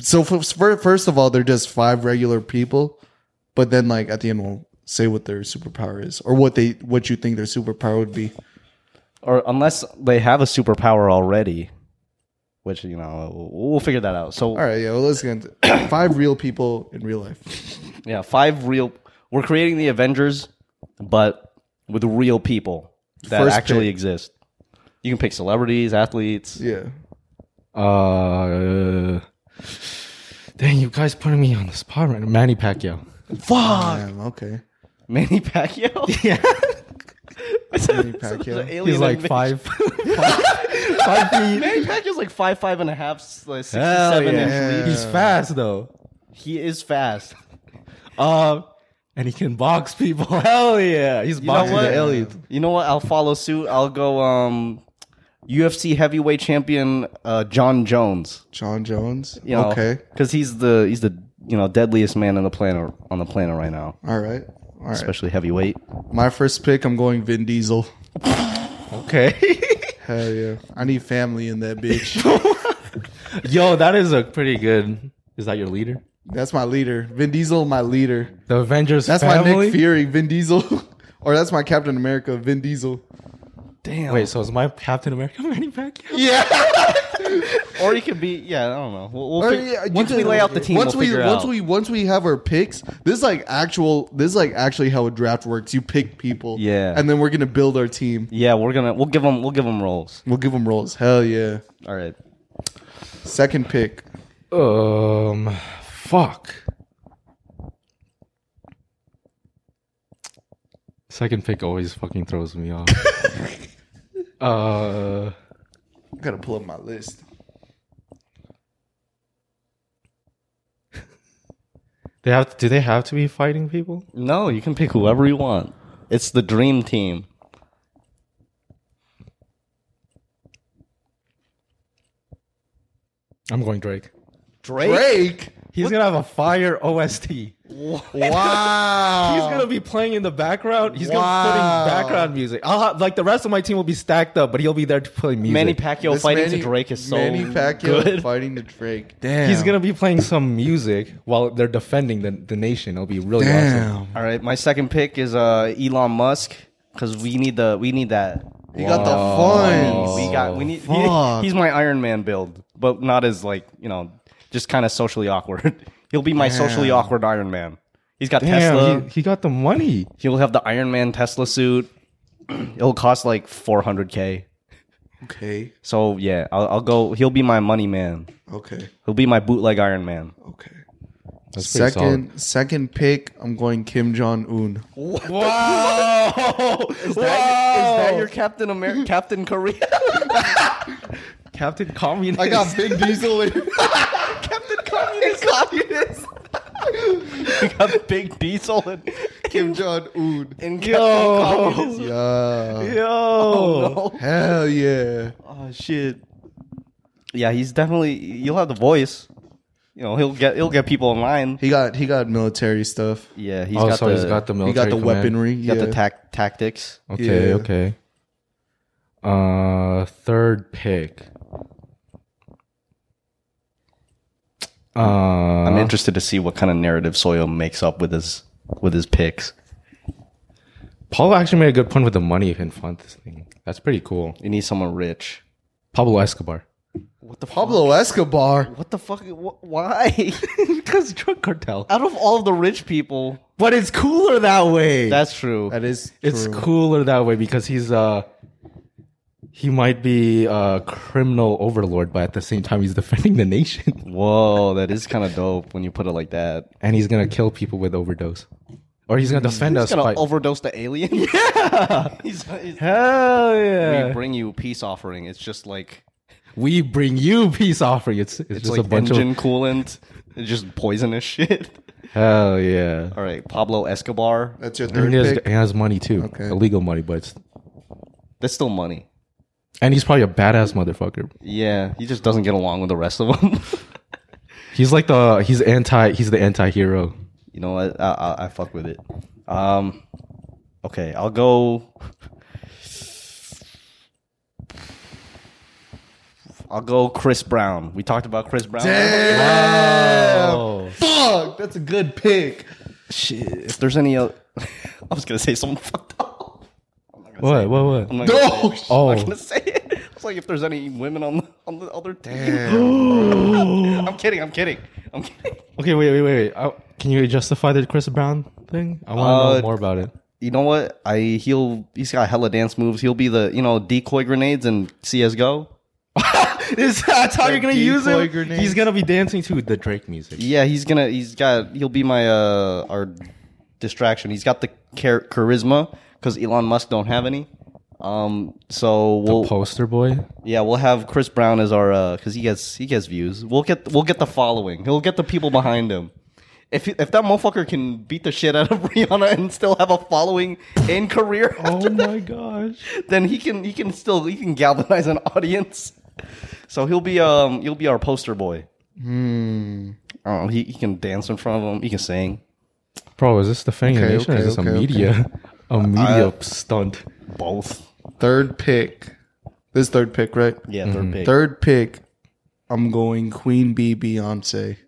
So for, for- first of all, they're just five regular people, but then like at the end we'll say what their superpower is or what they what you think their superpower would be. or unless they have a superpower already, which you know we'll, we'll figure that out. So All right, yeah. Well, let's get into five real people in real life. Yeah, five real. We're creating the Avengers, but with real people that First actually pick. exist. You can pick celebrities, athletes. Yeah. Uh, dang, you guys putting me on the spot right now. Manny Pacquiao. Fuck, Damn, okay. Manny Pacquiao. Yeah, Manny Pacquiao. he's like five, five, five feet. Manny Pacquiao's like five, five and a half, s- like six, Hell seven yeah. inch. He's fast though. reach. He is fast. Um, and he can box people. Hell yeah, he's boxing what? the aliens. You know what? I'll follow suit. I'll go. Um, UFC heavyweight champion uh, John Jones. John Jones. You know, Okay. because he's the he's the you know deadliest man on the planet on the planet right now, All right. All right. especially heavyweight. My first pick, I'm going Vin Diesel. Okay. Hell yeah. I need family in that bitch. Yo, that is a pretty good. Is that your leader? That's my leader. Vin Diesel, my leader. The Avengers That's my family. Nick Fury, Vin Diesel. or that's my Captain America, Vin Diesel. Damn. Wait, so is my Captain America Manny Pacquiao? Yeah. or you could be. Yeah, I don't know. We'll, we'll Or, fig- yeah, you once can- we lay out the team, once we'll we figure once out. we once we have our picks, this is like actual. This is like actually how a draft works. You pick people, Yeah. and then we're gonna build our team. yeah, we're gonna we'll give them we'll give them roles. We'll give them roles. Hell yeah! All right. Second pick. Um, fuck. Second pick always fucking throws me off. uh, I gotta pull up my list. They have. do they have to be fighting people? No, you can pick whoever you want. It's the dream team. I'm going Drake. Drake. Drake. He's gonna have a fire OST. He's Wow. gonna be playing in the background. He's Wow. gonna be putting background music. I'll have, like the rest of my team will be stacked up, but he'll be there to play music. Manny Pacquiao This fighting Manny- to Drake is so Manny Pacquiao good. fighting to Drake. Damn. He's gonna be playing some music while they're defending the, the nation. It'll be really awesome. Damn. All right, my second pick is uh, Elon Musk because we need the we need that. He got the funds. We got we need. he- Oh, fuck. he's my Iron Man build, but not as like you know, just kind of socially awkward. He'll be my socially Damn. awkward Iron Man. He's got Tesla. Damn, he, he got the money. He, will have the Iron Man Tesla suit. It'll cost like four hundred k. Okay. So yeah, I'll, I'll go. He'll be my money man. Okay. He'll be my bootleg Iron Man. Okay. that's pretty Second second pick, I'm going Kim Jong Un. Wow! Oh, is, that, is that your Captain America? Captain Korea? Captain Communist. I got Vin Diesel in you got Big Diesel and, Kim Jong Un. and Yo. Captain Communism. Yeah. Yo. Hell yeah. Oh shit! Yeah, he's definitely. You'll have the voice. You know, he'll get he'll get people in line. He got he got military stuff. Yeah, he's Oh, got so the he's got the He military. got the command. weaponry. he's Yeah. got the tac- tactics. Okay, Yeah. okay. Uh, third pick. Uh, I'm interested to see what kind of narrative Soyo makes up with his with his picks. Paulo actually made a good point with the money and fund this thing. That's pretty cool. You need someone rich. Pablo Escobar. Pablo Escobar. What the fuck? Wh- why? Because drug cartel. Out of all the rich people, But it's cooler that way. that's true. That is it's true. cooler that way because he's uh he might be a criminal overlord, but at the same time he's defending the nation. Whoa, that is kind of dope when you put it like that. and he's gonna kill people with overdose. Or he's gonna defend us He's gonna by overdose the alien. Yeah, he's, he's, Hell we yeah. bring you peace offering. It's just like We bring you peace offering. It's it's, it's just like a bunch engine of coolant. It's just poisonous shit. Hell yeah. All right, Pablo Escobar. That's your And third he has, pick. he has money too. Okay. Illegal money, but it's That's still money. and he's probably a badass motherfucker. Yeah, he just doesn't get along with the rest of them. He's like the he's anti he's the anti hero. you know what? I, I, I fuck with it. Um, okay, I'll go. I'll go Chris Brown. We talked about Chris Brown. Oh. Damn. Fuck. That's a good pick. Shit. If there's any, o- I was gonna say someone fucked up. What, what, what? I'm not gonna say it. No. Oh, I'm not gonna say it. It's like if there's any women on the, on the other team. I'm kidding. I'm kidding. I'm kidding. Okay, wait, wait, wait, wait. I, can you justify the Chris Brown thing? I want to Uh, know more about it. You know what? I he'll he's got hella dance moves. He'll be the you know decoy grenades and CS:GO. Is that's how you're gonna use decoy it? grenades? He's gonna be dancing to the Drake music. Yeah, he's gonna. He's got. He'll be my uh our distraction. He's got the char- charisma because Elon Musk don't have any. Um. So we'll Poster boy. yeah we'll have Chris Brown as our uh because he gets he gets views. We'll get we'll get the following. He'll get the people behind him. If if that motherfucker can beat the shit out of Rihanna and still have a following and career, Oh my gosh. then he can he can still he can galvanize an audience. So he'll be um he'll be our poster boy. Hmm. Oh, he, he can dance in front of him. He can sing. Bro, is this the thing Okay, nation or is okay, this okay, a okay. media a media stunt? Both. Third pick. This third pick, right? Yeah, third pick. Third pick. I'm going Queen B Beyonce.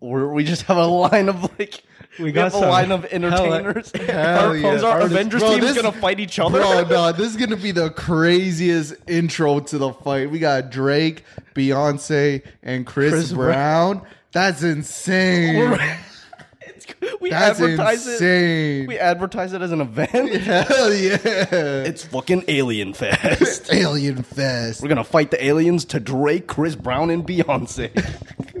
We're, we just have a line of like we, got have a some line of hella- entertainers. hell our, yeah. is our Artists. Avengers Bro, team this- gonna fight each other? Bro, Oh, no, this is gonna be the craziest intro to the fight. We got Drake, Beyonce, and Chris, Chris Brown. That's insane. It's- we That's advertise insane. it. We advertise it as an event. Hell yeah! It's fucking Alien Fest. Alien Fest. We're gonna fight the aliens to Drake, Chris Brown, and Beyonce.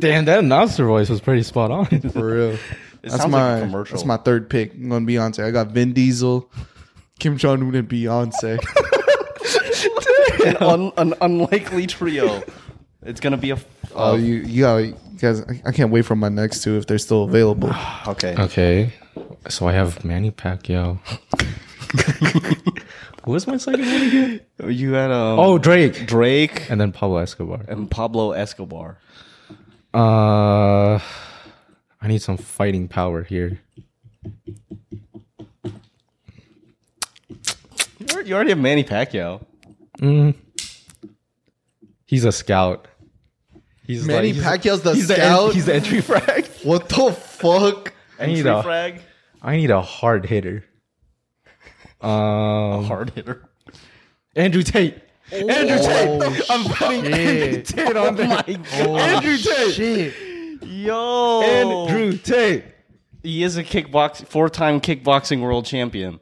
Damn, that announcer voice was pretty spot on. For real. that's sounds like my a commercial. that's my third pick. I'm going Beyonce. I got Vin Diesel, Kim Jong Un, and Beyonce. Oh. an, un, an unlikely trio. It's gonna be a. oh, you you, got, you guys! I, I can't wait for my next two if they're still available. okay. Okay. So I have Manny Pacquiao. What's my second one again? You had um, Oh, Drake. Drake And then Pablo Escobar. and Pablo Escobar. Uh, I need some fighting power here. You already- You already have Manny Pacquiao. He's a scout. He's Manny like, he's- Pacquiao's the he's The, scout. en- he's the entry frag. what the fuck? I need Free a, frag, I need a hard hitter. Um, hard hitter. Oh. Andrew Tate. Andrew Tate. I'm putting Andrew Tate on there. Andrew Tate. Shit. Yo, Andrew Oh. Tate. he is a kickbox four-time kickboxing world champion.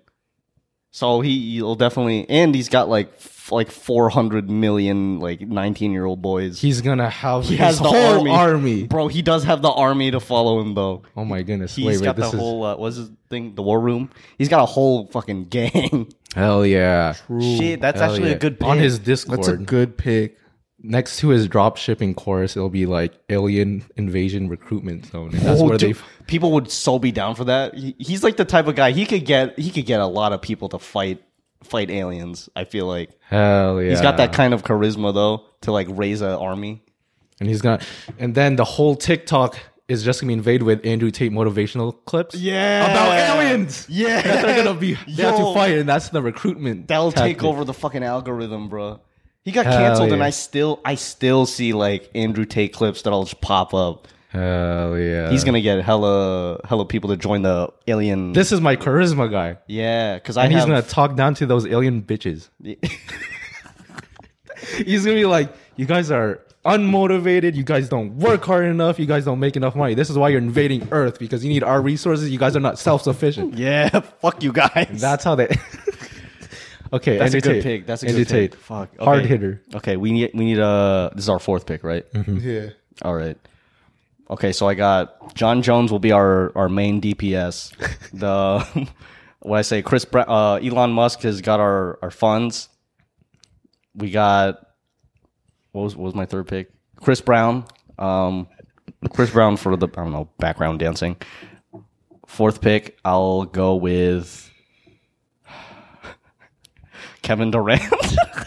So he, he'll definitely, and he's got like f- like four hundred million like nineteen-year-old boys. He's gonna have He his has the whole army. army. Bro, he does have the army to follow him though. Oh my goodness! He's wait, wait, got this the is whole uh, what's his thing, the war room. He's got a whole fucking gang. hell yeah. Shit, that's Hell actually yeah. a good on pick. his That's a Discord. good pick. Next to his drop shipping course, it'll be like alien invasion recruitment zone, and that's Oh, where dude, they. people would so be down for that. He, he's like the type of guy he could get. He could get a lot of people to fight fight aliens. I feel like Hell yeah! he's got that kind of charisma though to like raise an army. and he's gonna, and then the whole TikTok is just gonna be invaded with Andrew Tate motivational clips. Yeah. about aliens. Yeah, that they're gonna be they have Yo. to fight, and that's the recruitment. that'll take tactic. over the fucking algorithm, bro. He got Hell canceled, and yeah. I still I still see like Andrew Tate clips that'll just pop up. Hell yeah! He's gonna get hella hella people to join the alien. This is my charisma guy, yeah, because I and he's have. gonna talk down to those alien bitches. he's gonna be like, "You guys are unmotivated. You guys don't work hard enough. You guys don't make enough money. This is why you're invading Earth because you need our resources. You guys are not self-sufficient." yeah, fuck you guys. That's how they. okay, That's Andrew a good Tate. pick. That's a Andrew good pick. Tate. Fuck. hard Okay. hitter. Okay, we need we need a. This is our fourth pick, right? Yeah. All right. Okay, so I got John Jones will be our our main DPS. the what I say, Chris Bra- uh, Elon Musk has got our our funds. We got what was what was my third pick? Chris Brown. Um, Chris Brown for the I don't know background dancing. Fourth pick, I'll go with Kevin Durant.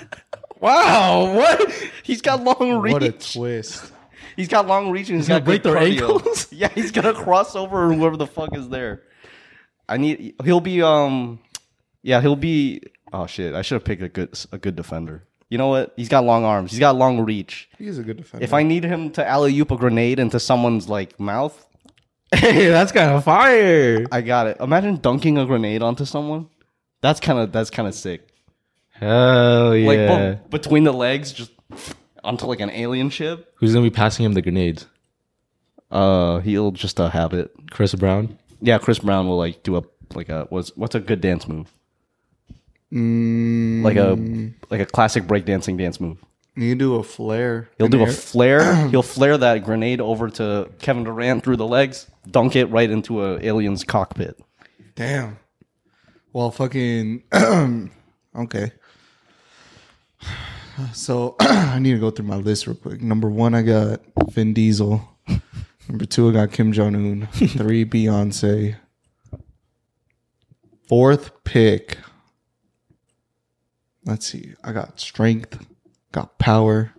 wow, what? He's got long reach. What a twist. He's got long reach and he's got gonna break good their cardio. ankles? yeah, he's gonna cross over whoever the fuck is there. I need. He'll be. Um. Yeah, he'll be. Oh shit! I should have picked a good a good defender. You know what? He's got long arms. He's got long reach. He's a good defender. If I need him to alley oop a grenade into someone's like mouth, Hey, that's kind of fire. I got it. Imagine dunking a grenade onto someone. That's kind of that's kind of sick. Hell yeah! Like boom, between the legs, just onto like an alien ship. Who's gonna be passing him the grenades? Uh, he'll just uh, have it. Chris Brown. Yeah, Chris Brown will like do a like a what's what's a good dance move? Mm. Like a like a classic breakdancing dance move. you do a flare. He'll in do the a air. flare. He'll flare that grenade over to Kevin Durant through the legs, dunk it right into a alien's cockpit. Damn. Well, fucking. okay. So I need to go through my list real quick. Number one, I got Vin Diesel. Number two, I got Kim Jong Un. Three, Beyonce. Fourth pick. Let's see. I got strength. Got power.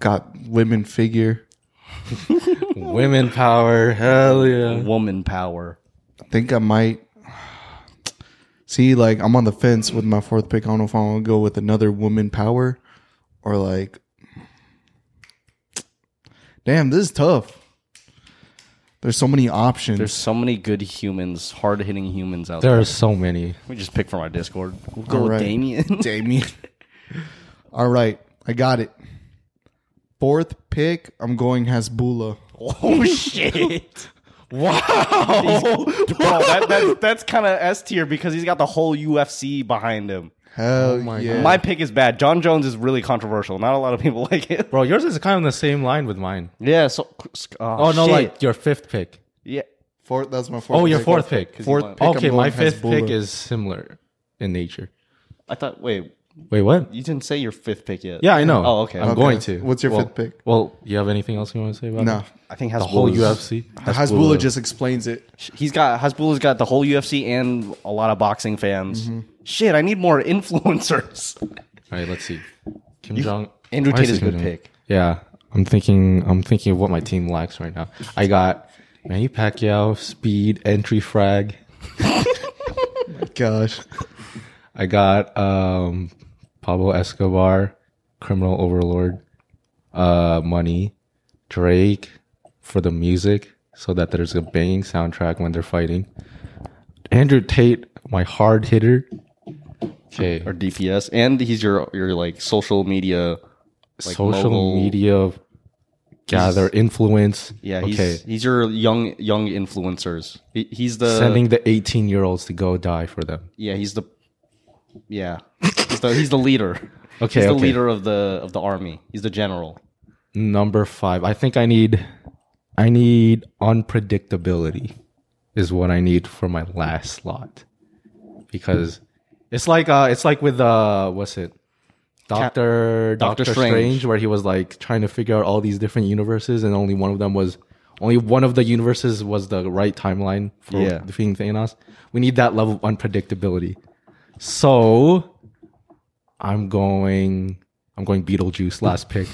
Got women figure. Women power. Hell yeah! Woman power. think I might see like I'm on the fence with my fourth pick. I don't know if I want to go with another woman power or like damn, this is tough. There's so many options. There's so many good humans, hard hitting humans out there. There are so many. We just pick from our Discord. We'll go All right. with Damien. Damien. All right, I got it. Fourth pick, I'm going Hasbula. oh shit! wow, bro, that, that, that's kind of S tier because he's got the whole UFC behind him. Hell my yeah! My pick is bad. John Jones is really controversial. Not a lot of people like it. Bro, yours is kind of on the same line with mine. Yeah. So, Oh, no, shit. like your fifth pick. yeah. fourth, that's my fourth. Oh, your pick. fourth pick. Fourth pick. I'm Okay, my going fifth Hezbollah. pick is similar in nature. I thought. Wait, Wait, what? you didn't say your fifth pick yet. Yeah, I know. Oh, okay. I'm Okay. going to. What's your Well- fifth pick? Well, you have anything else you want to say about No, it? I think Hasbulla's, The whole UFC. Hasbula just explains it. He's got Hasbulla's got the whole UFC and a lot of boxing fans. Mm-hmm. Shit, I need more influencers. All right, let's see. Kim Jong. Andrew Why Tate it is a Kim good Jong? pick. Yeah, I'm thinking. I'm thinking of what my team lacks right now. I got Manny Pacquiao, speed, entry frag. Gosh, I got um, Pablo Escobar, criminal overlord, uh, money, Drake for the music, so that there's a banging soundtrack when they're fighting. Andrew Tate, my hard hitter. Okay, or DPS, and he's your your like social media. like, social mogul. media gather influence. Yeah, he's okay. he's your young young influencers. He, he's the Sending the 18 year olds to go die for them. yeah he's the yeah he's the, he's the leader. Okay, he's the okay. leader of the of the army. He's the general. Number five. I think I need, I need unpredictability, is what I need for my last slot, because it's like uh, it's like with uh, what's it, Doctor Doctor Strange. Strange. where he was like trying to figure out all these different universes, and only one of them was, only one of the universes was the right timeline for Yeah. defeating Thanos. We need that level of unpredictability. So, I'm going, I'm going Beetlejuice last pick.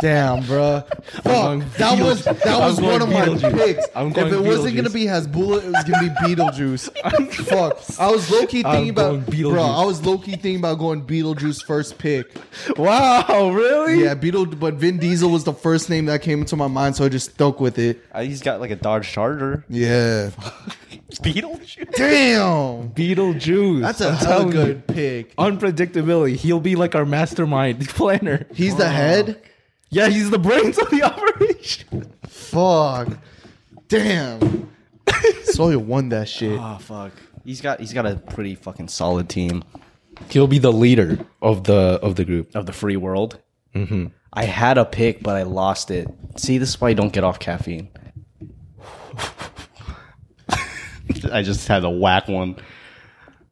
damn, bro. Fuck, that was that was going one of my Beetlejuice. picks. I'm if going it wasn't gonna Beetlejuice. be Hasbula, it was gonna be Beetlejuice. Fuck, I was low key thinking I'm about going bro. Beetlejuice. I was low key thinking about going Beetlejuice first pick. Wow, really? Yeah, Beetle, but Vin Diesel was the first name that came into my mind, so I just stuck with it. Uh, He's got like a Dodge Charger. Yeah. Beetlejuice. Damn. Beetlejuice. That's a I'm hella telling you. good pick. Unpredictability. He'll be like our mastermind planner. He's the head. Yeah, he's the brains of the operation. Fuck. Damn. Sawyer won that shit. Ah. Oh fuck. He's got he's got a pretty fucking solid team He'll be the leader of the of the group. of the free world. Mm-hmm. I had a pick, but I lost it. See, this is why you don't get off caffeine. I just had a whack one.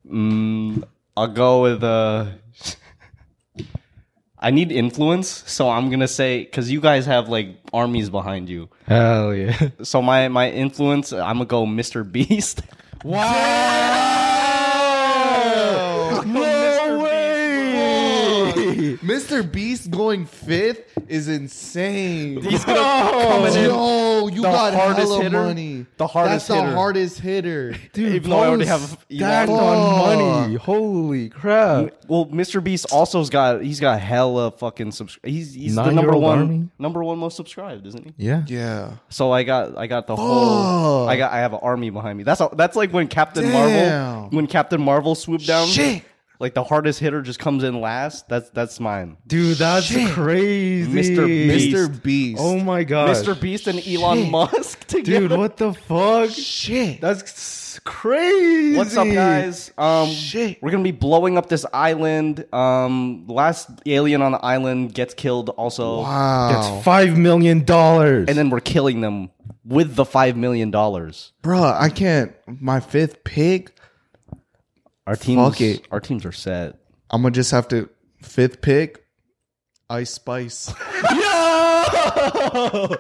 Mm, I'll go with. Uh, I need influence, so I'm gonna say because you guys have like armies behind you. Hell yeah. So my my influence, I'm gonna go Mr. Beast. Wow. Mr. Mr. Beast going fifth is insane. He's gonna come in Oh. and- Yo, you got hardest hella hitter? money. The hardest That's hitter. the hardest hitter. even though I already have Stacked on money. Holy crap. Well, Mr. Beast also's got he's got hella fucking subscribe. He's he's the number Nine-year-old one army? number one most subscribed, isn't he? Yeah. Yeah. So I got I got the whole I got I have an army behind me. That's a, that's like when Captain Damn. Marvel when Captain Marvel swooped down. Shit. Like the hardest hitter just comes in last. That's that's mine. Dude, that's Shit. crazy. Mr. Beast. Mr. Beast. Oh my god. Mr. Beast and Elon Musk together. Dude, what the fuck? shit. That's crazy. What's up, guys? Um, Shit. We're gonna be blowing up this island. Um, last alien on the island gets killed. Also, Wow. It's five million dollars. and then we're killing them with the five million dollars. Bruh, I can't. My fifth pick. Our teams, Fuck it. our teams are set. I'm gonna just have to fifth pick. Ice Spice. Yo!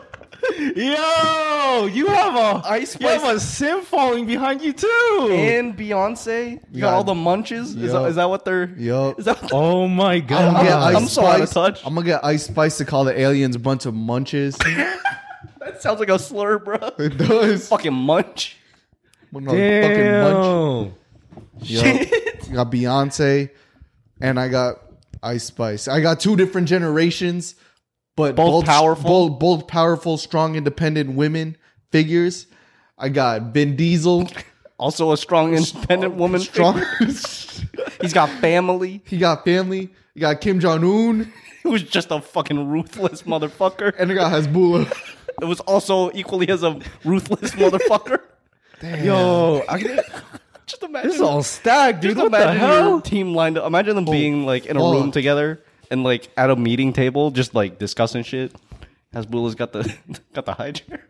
Yo! You have a Ice you have Spice. a sim falling behind you too. And Beyonce, you got all the munches. Is, that, Yup. is that what they're? Yup. Is that what Oh my I'm, god. gonna get I'm- Ice I'm so out of Spice- touch. I'm gonna get Ice Spice to call the aliens a bunch of munches. that sounds like a slur, bro? it does. Fucking munch. Fucking munch. Yo, I got Beyonce, and I got Ice Spice. I got two different generations, but Both powerful? both, both powerful, strong, independent women figures. I got Vin Diesel. Also a strong, independent woman. Strong. He's got family. he got family. He got Kim Jong Un, He was just a fucking ruthless motherfucker. and I got Hezbollah. it was also equally as a ruthless motherfucker. Yo, I, Just imagine. it's all stacked, dude. just What the imagine your hell? team lined up. Imagine them being like in a oh. room together and like at a meeting table, just like discussing shit. Hasbullah's got the got the high chair.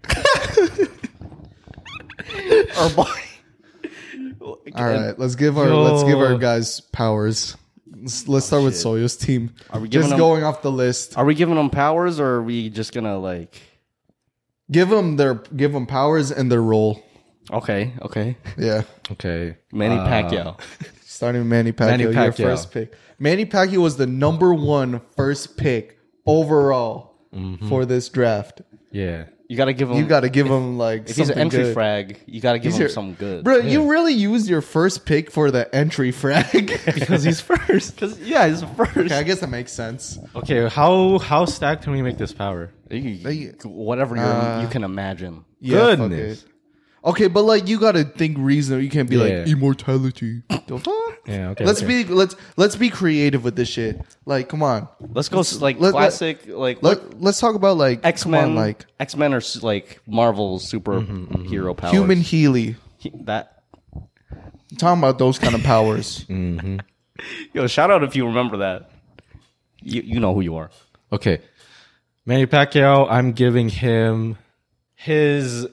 Our boy. All right, let's give our let's give our guys powers. Let's, let's start with Soyuz team. we giving just them- going off the list? Are we giving them powers or are we just gonna like? Give them their give them powers and their role. Okay, okay. Yeah, Okay. Manny Uh, Pacquiao. starting with Manny Pacquiao, Manny Pacquiao. your first pick. Manny Pacquiao was the number one first pick overall for this draft. Yeah. You gotta give him. You got to give him like Mm-hmm. If he's an entry good. frag, you gotta give He's him your- some good. Bro, you really used your first pick for the entry frag. Because he's first. Cause yeah, he's first. Okay, I guess that makes sense. Okay, how how stacked can we make this power? You- whatever you're, you uh, can imagine. Yeah, fuck Goodness. it. Okay, but like you gotta think reasonable. You can't be Yeah. like immortality. The fuck? Yeah, okay, Let's okay. be let's let's be creative with this shit. Like, come on. Let's go s- like let- let- classic like Let let's talk about like X come on, Men. like Like X Men are s- like Marvel superhero powers. human Healy. He- that I'm talking about those kind of powers. yo shout out if you remember that. You you know who you are. Okay. Manny Pacquiao, I'm giving him his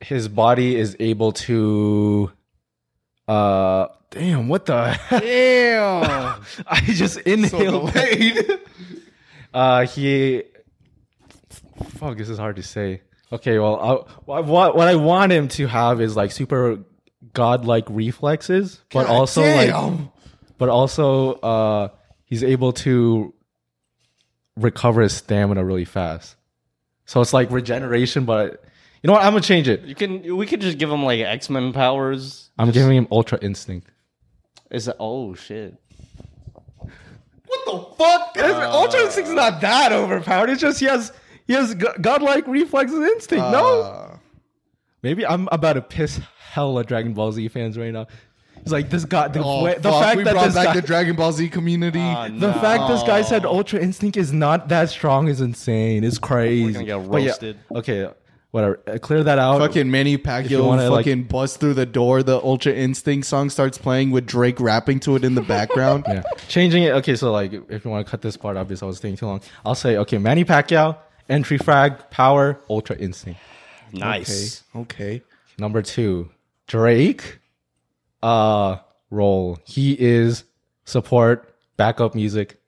his body is able to uh damn, what the heck? Damn. I just inhaled. uh he fuck, this is hard to say. Okay, well, I, what what I want him to have is like super godlike reflexes, but also like Damn. but also uh he's able to recover his stamina really fast. So it's like regeneration, but you know what? I'm gonna change it. you can we could just give him like X Men powers. I'm giving him ultra instinct. Is that oh shit? what the fuck? ultra instinct's not that overpowered. It's just he has he has go- godlike reflexes and instinct. Uh, maybe I'm about to piss hella Dragon Ball Z fans right now. He's like this guy. The, oh, way- the fuck, fact we that brought this back guy, Ah, the Dragon Ball Z community. Ah, the fact this guy said ultra instinct is not that strong is insane. It's gonna crazy. get But Oh, yeah, roasted. okay, whatever. Uh, clear that out. Fucking Manny you Pacquiao wanna, like- fucking busts through the door. The Ultra Instinct song starts playing with Drake rapping to it in the background. Yeah. Changing it. Okay, so like if you want to cut this part up because I was taking too long, I'll say okay, Manny Pacquiao, entry frag, power, ultra instinct. Nice. Okay. Number two, Drake, uh, role. He is support, backup music,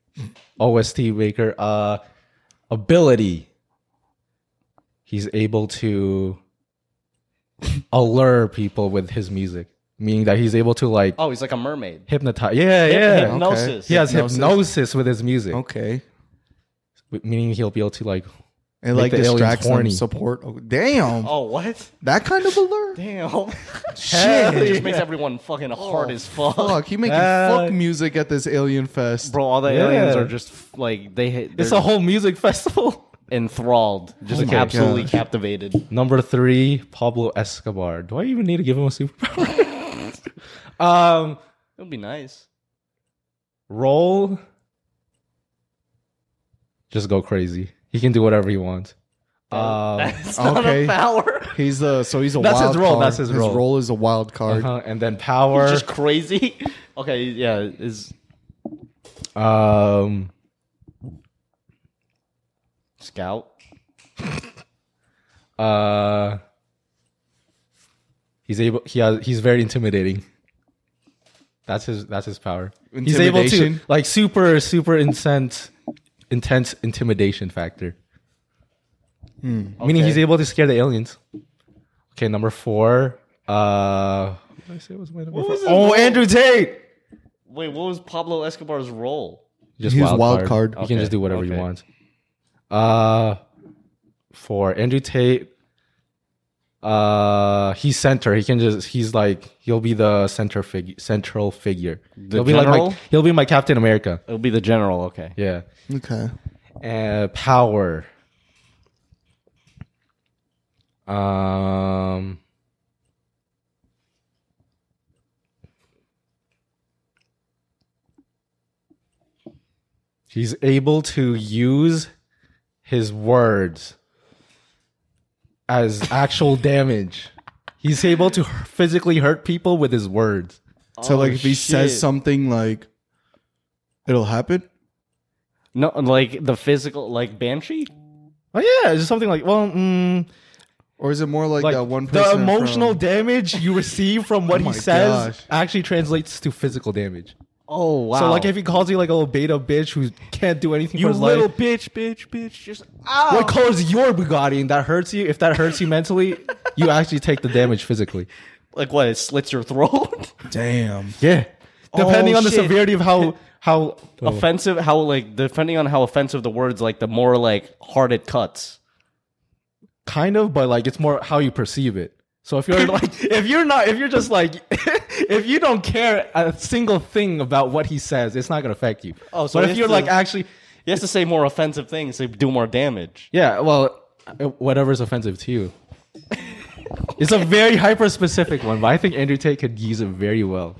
OST maker, uh, ability. He's able to allure people with his music, meaning that he's able to like Oh, he's like a mermaid. hypnotize. Yeah, yeah. Hypnosis. He has Hypnosis. hypnosis with his music. Okay. w- meaning he'll be able to like And Make like the aliens distracts them. horny. Support. Oh, damn. Oh what? That kind of alert. Damn. it Shit. just makes everyone fucking hard as fuck. Oh, Fuck. He making Uh, fuck music at this alien fest. Bro, all the Yeah. aliens are just like they hit it's a whole music festival. enthralled, just my absolutely gosh. captivated. Number three, Pablo Escobar. Do I even need to give him a superpower? um, It would be nice. roll. Just go crazy. He can do whatever he wants. Um, That's not okay. a power. He's a so he's a That's his wild role, card. that's his role. is a wild card. uh-huh, and then power. Just crazy. Okay, yeah, is Um, scout. uh, he's able. He has. He's very intimidating. That's his. That's his power. He's able to Intimidation? like super super intense intense intimidation factor. Meaning Okay. he's able to scare the aliens. Okay, number four. Uh, what did I say was my number four? was his Oh, role? Andrew Tate. Wait, what was Pablo Escobar's role? Just He's wild card. You can Okay, just do whatever you okay. want. Uh, for Andrew Tate. Uh, he's center. He can just. He's like he'll be the center figure, central figure. he'll be like general? my, he'll be my Captain America. It'll be the general, okay. Yeah. Okay. uh, power. Um, He's able to use his words as actual damage. He's able to physically hurt people with his words. So like if he says Oh, Oh, shit. something like it'll happen. No, like the physical, like Banshee. Oh yeah, it's just something like, well, mm, Or is it more like, like that one the person emotional from- damage you receive from what Oh he my says gosh. actually translates to physical damage. Oh wow! So like if he calls you like a little beta bitch who can't do anything for his life, bitch, bitch, bitch, just ah, ow. what color is your Bugatti and that hurts you? If that hurts you mentally, you actually take the damage physically. Like what? It slits your throat. Damn. Yeah. Depending Oh, on the shit. severity of how how offensive. How like depending on how offensive the words, like the more like hard it cuts. kind of, but like it's more how you perceive it. So if you're like, if you're not, if you're just like, if you don't care a single thing about what he says, it's not gonna affect you. Oh, so but if it's you're like the- actually, He has to say more offensive things to do more damage. yeah, well, uh, whatever's offensive to you. it's a very hyper specific one, but I think Andrew Tate could use it very well.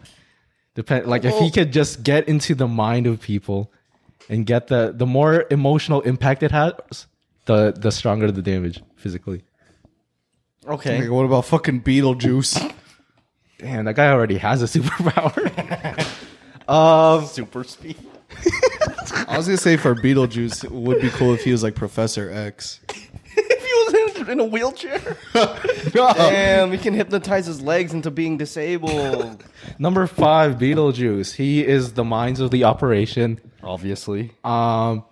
Depend like if he could just get into the mind of people and get the the more emotional impact it has, the the stronger the damage physically. Okay. Like, what about fucking Beetlejuice? Damn, that guy already has a superpower. Super speed. I was gonna say for Beetlejuice, it would be cool if he was like Professor X. if he was in, in a wheelchair. Damn, he can hypnotize his legs into being disabled. Number five, Beetlejuice. He is the minds of the operation. Obviously. Um,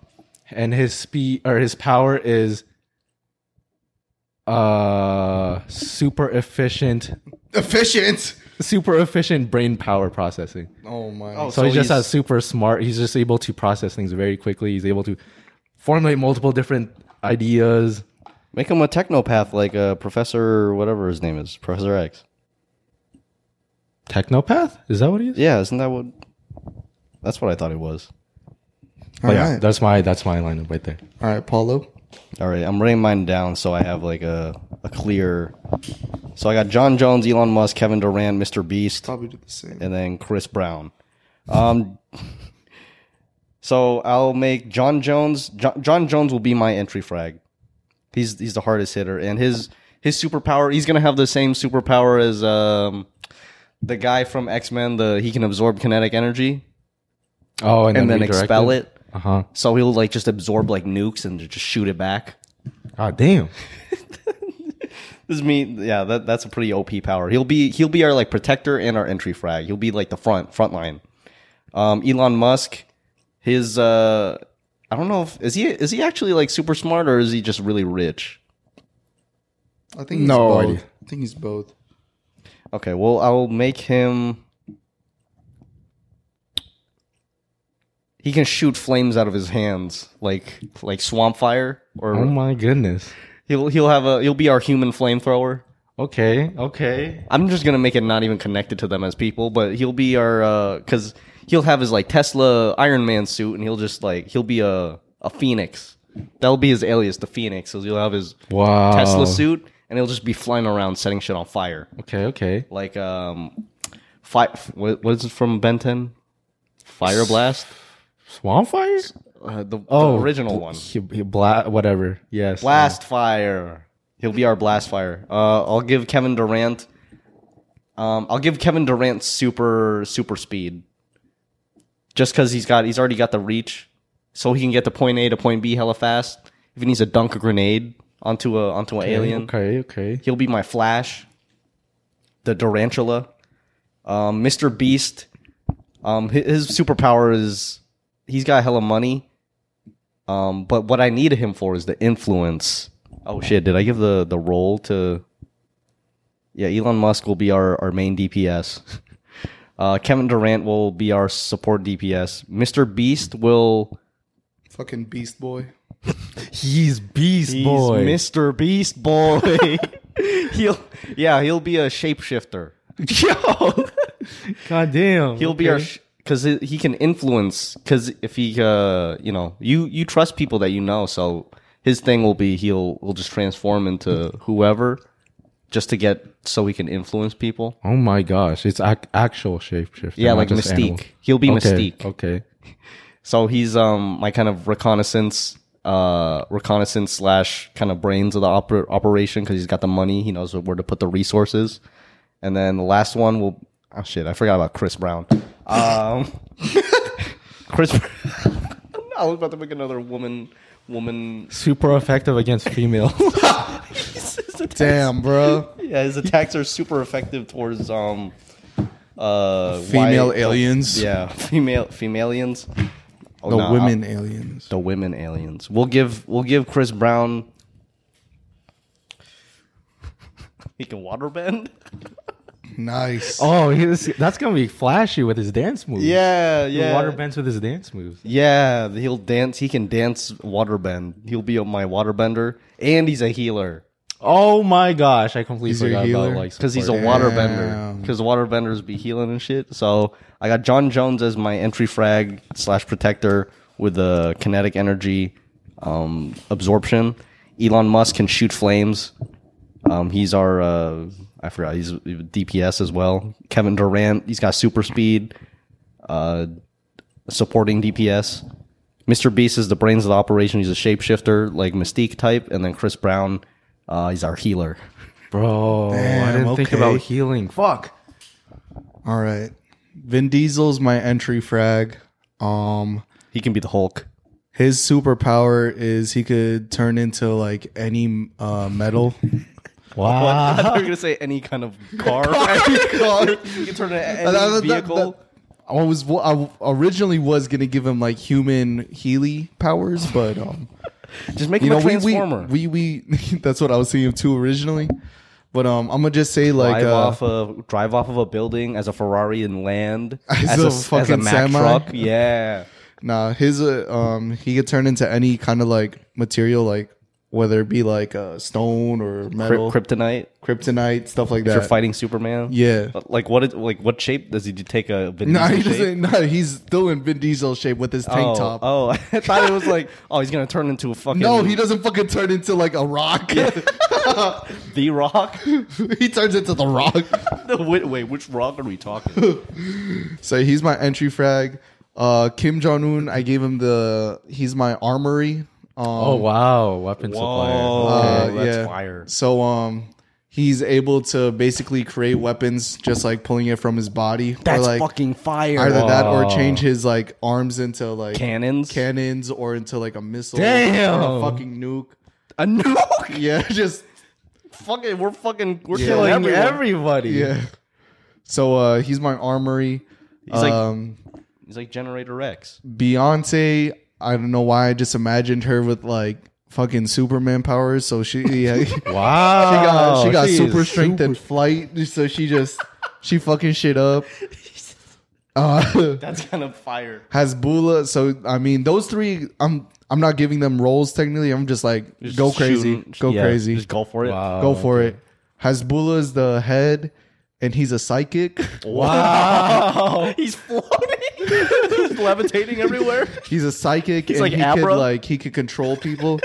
and his speed or his power is uh super efficient, Efficient. super efficient brain power processing. Oh my. So, he So just he's- has super smart. He's just able to process things very quickly. He's able to formulate multiple different ideas. Make him a technopath like uh, Professor, whatever his name is, Professor X. Technopath? Is that what he is? Yeah, isn't that what? That's what I thought it was. All Oh, yeah, right. that's my that's my lineup right there. All right, Paulo. All right, I'm writing mine down so I have like a, a clear. So I got John Jones, Elon Musk, Kevin Durant, Mr. Beast. Probably do the same. and then Chris Brown. Um, so I'll make John Jones. John, John Jones will be my entry frag. He's he's the hardest hitter, and his his superpower. He's gonna have the same superpower as um, the guy from X Men. The he can absorb kinetic energy Oh, and, and then redirect expel it. Uh huh. So he'll like just absorb like nukes and just shoot it back. Oh damn. This is me. Yeah, that, that's a pretty OP power. He'll be he'll be our like protector and our entry frag. He'll be like the front front line. Um, Elon Musk, his uh, I don't know if is he is he actually like super smart or is he just really rich? I think he's No both. idea. I think he's both. Okay, well I'll make him. He can shoot flames out of his hands like like swamp fire, Oh or my goodness. he'll he'll have a he'll be our human flamethrower. Okay, okay. I'm just gonna make it not even connected to them as people, but he'll be our because he'll have his like Tesla Iron Man suit, and he'll just like he'll be a a phoenix. That'll be his alias, the Phoenix. So he'll have his Wow. Tesla suit, and he'll just be flying around setting shit on fire, Okay, okay. like um, fi- what, what is it from Ben 10? Fire blast, Swamp fire? uh, the, Oh, the original one. He, he bla- whatever. Yes. Blast fire. He'll be our blast fire. Uh, I'll give Kevin Durant. Um, I'll give Kevin Durant super super speed. Just because he's got he's already got the reach, so he can get to point A to point B hella fast. If he needs to dunk a grenade onto a onto an alien, Okay, okay. he'll be my Flash. The Durantula, um, Mr. Beast. Um, hi- his superpower is he's got hella money. Um, but what I need him for is the influence. Oh shit! Did I give the the role to? Yeah, Elon Musk will be our our main DPS. Uh, Kevin Durant will be our support DPS. Mr. Beast will. Fucking Beast Boy. He's beast boy. He's Mr. Beast boy. he'll yeah, he'll be a shapeshifter. Yo. God damn. He'll be our because he can influence. Because if he, uh, you know, you you trust people that you know, so his thing will be he'll will just transform into whoever, just to get so we can influence people. Oh my gosh, it's ac- actual shapeshifter. Yeah, not like just Mystique. animals. He'll be okay, Mystique. Okay. So he's um my kind of reconnaissance, uh, reconnaissance slash kind of brains of the oper- operation because he's got the money. He knows where to put the resources. And then the last one will. Oh shit! I forgot about Chris Brown. Um, Chris. I was about to make another woman. Woman. Super effective against females. Damn, bro. Yeah, his attacks are super effective towards um. Uh, Female white- aliens. Yeah, female femalians. Oh, The nah, women aliens. the women aliens. We'll give we'll give Chris Brown. He can waterbend. Nice. oh, he's, that's gonna be flashy with his dance moves. Yeah, He water bends with his dance moves. Yeah, he'll dance. He can dance waterbend. He'll be my waterbender, and he's a healer Oh my gosh, I completely He's your forgot healer? about like because he's a support. waterbender. Because waterbenders be healing and shit. So I got John Jones as my entry frag slash protector with the kinetic energy um, absorption. Elon Musk can shoot flames. Um, he's our uh, I forgot he's DPS as well. Kevin Durant, he's got super speed, uh, supporting DPS. Mr. Beast is the brains of the operation. He's a shapeshifter, like Mystique type, and then Chris Brown, uh, he's our healer. bro. I Damn, didn't think okay. about healing. Fuck. All right. Vin Diesel's my entry frag. Um He can be the Hulk. his superpower is he could turn into like any uh metal. Wow. I thought you were gonna say any kind of car. you can turn it into Uh, That- that- any that- vehicle. that- I was I originally was going to give him like human Healy powers, but um Just make you know him a we we, transformer. we we that's what I was seeing him too originally. But um I'm going to just say like drive uh, off a drive off of a building as a Ferrari and land As a fucking semi? Yeah, Nah, his uh, um he could turn into any kind of like material, like whether it be like uh, stone or Kry- metal, kryptonite. kryptonite stuff like You're that. fighting Superman. yeah, But, Like what? Is, like what shape does he do? Take a Vin no, Diesel he shape? doesn't. No, he's still in Vin Diesel shape with his tank oh, top. Oh, I thought it was like oh he's gonna turn into a fucking no, he doesn't fucking turn into like a rock. the Rock. he turns into the rock. no, wait, wait, which Rock are we talking? so he's my entry frag. Uh, Kim Jong Un, I gave him the. He's my armory. Um, Oh wow, weapon Whoa. supplier. Uh, Oh, that's fire. So um, he's able to basically create weapons just like pulling it from his body. That's or, like, fucking Oh. fire. Either that or Wow. change his like arms into like Cannons? cannons or into like a missile, Damn. or a fucking nuke. a nuke. Yeah, just fucking, we're fucking, we're Yeah. killing Killing everyone. everybody. yeah. So uh, he's my armory. He's like- um, He's like Generator X. Beyonce. I don't know why I just imagined her with like fucking Superman powers. So she yeah, she Wow. got Oh, she got is super strength and flight. So she just she fucking shit up. Uh, That's kind of fire. Hasbula. So I mean, those three. I'm I'm not giving them roles technically. I'm just like go crazy, Shooting- go yeah, crazy, Just go Oh, for it. Wow. go for it. Hasbula is the head, and he's a psychic. Wow. He's floating. He's levitating everywhere. He's a psychic, and like he Abra? could like he could control people.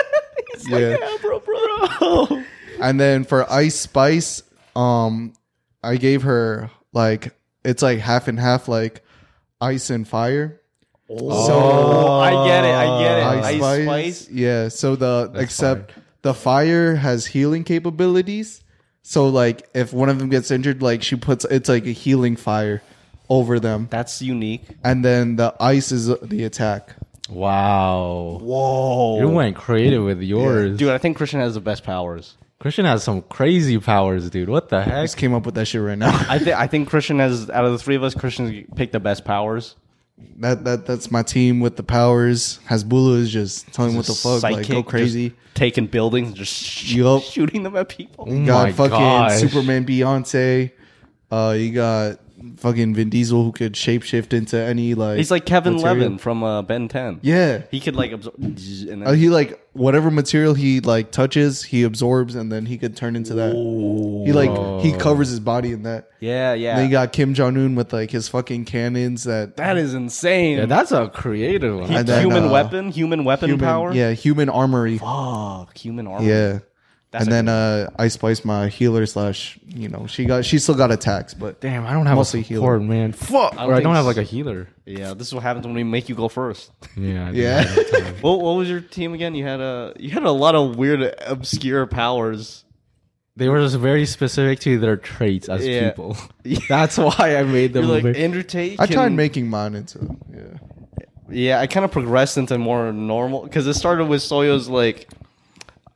yeah, Yeah, bro, bro. and then for Ice Spice, um, I gave her like it's like half and half, like ice and fire. Oh, I get it. I get it. Ice, Ice, Spice. Spice. Yeah. So the except the fire has healing capabilities. So like if one of them gets injured, like she puts it's like a healing fire over them, That's unique. and then the ice is the attack. Wow. Whoa. You went creative with yours. Dude, I think Christian has the best powers. Christian has some crazy powers, dude. What the I heck? just came up with that shit right now. I think I think Christian has out of the three of us, Christian picked the best powers. that that that's my team with the powers. Hasbula is just telling what the fuck, like go Psychic, crazy. just taking buildings, and just sh- Yup. Mm. shooting them at people. You got Oh my fucking gosh. Superman Beyonce. Uh, you got fucking Vin Diesel who could shapeshift into any like. He's like Kevin material. Levin from uh, Ben Ten. Yeah. he could like absorb. And Uh, then, he like whatever material he like touches, he absorbs, and then he could turn into that. He like he covers his body in that. yeah, yeah. Then you got Kim Jong Un with like his fucking cannons that that is insane. Yeah, that's a creative one. I- He- and then, human uh, weapon, human weapon human power. yeah human armory. Fuck, human armor. Yeah, That's and then uh, I spiced my healer slash. You know, she got she still got attacks, but Damn, I don't have Mostly a healer. support, man. Fuck, don't or I think don't have s- like a healer. Yeah, this is what happens when we make you go first. Yeah. I do Yeah. have that time. what, what was your team again? You had a you had a lot of weird obscure powers. They were just very specific to their traits as Yeah. people. Yeah. That's why I made You're them. like over- Andrew Tate. I tried can- making mine into yeah. Yeah, I kind of progressed into more normal because it started with Soyo's like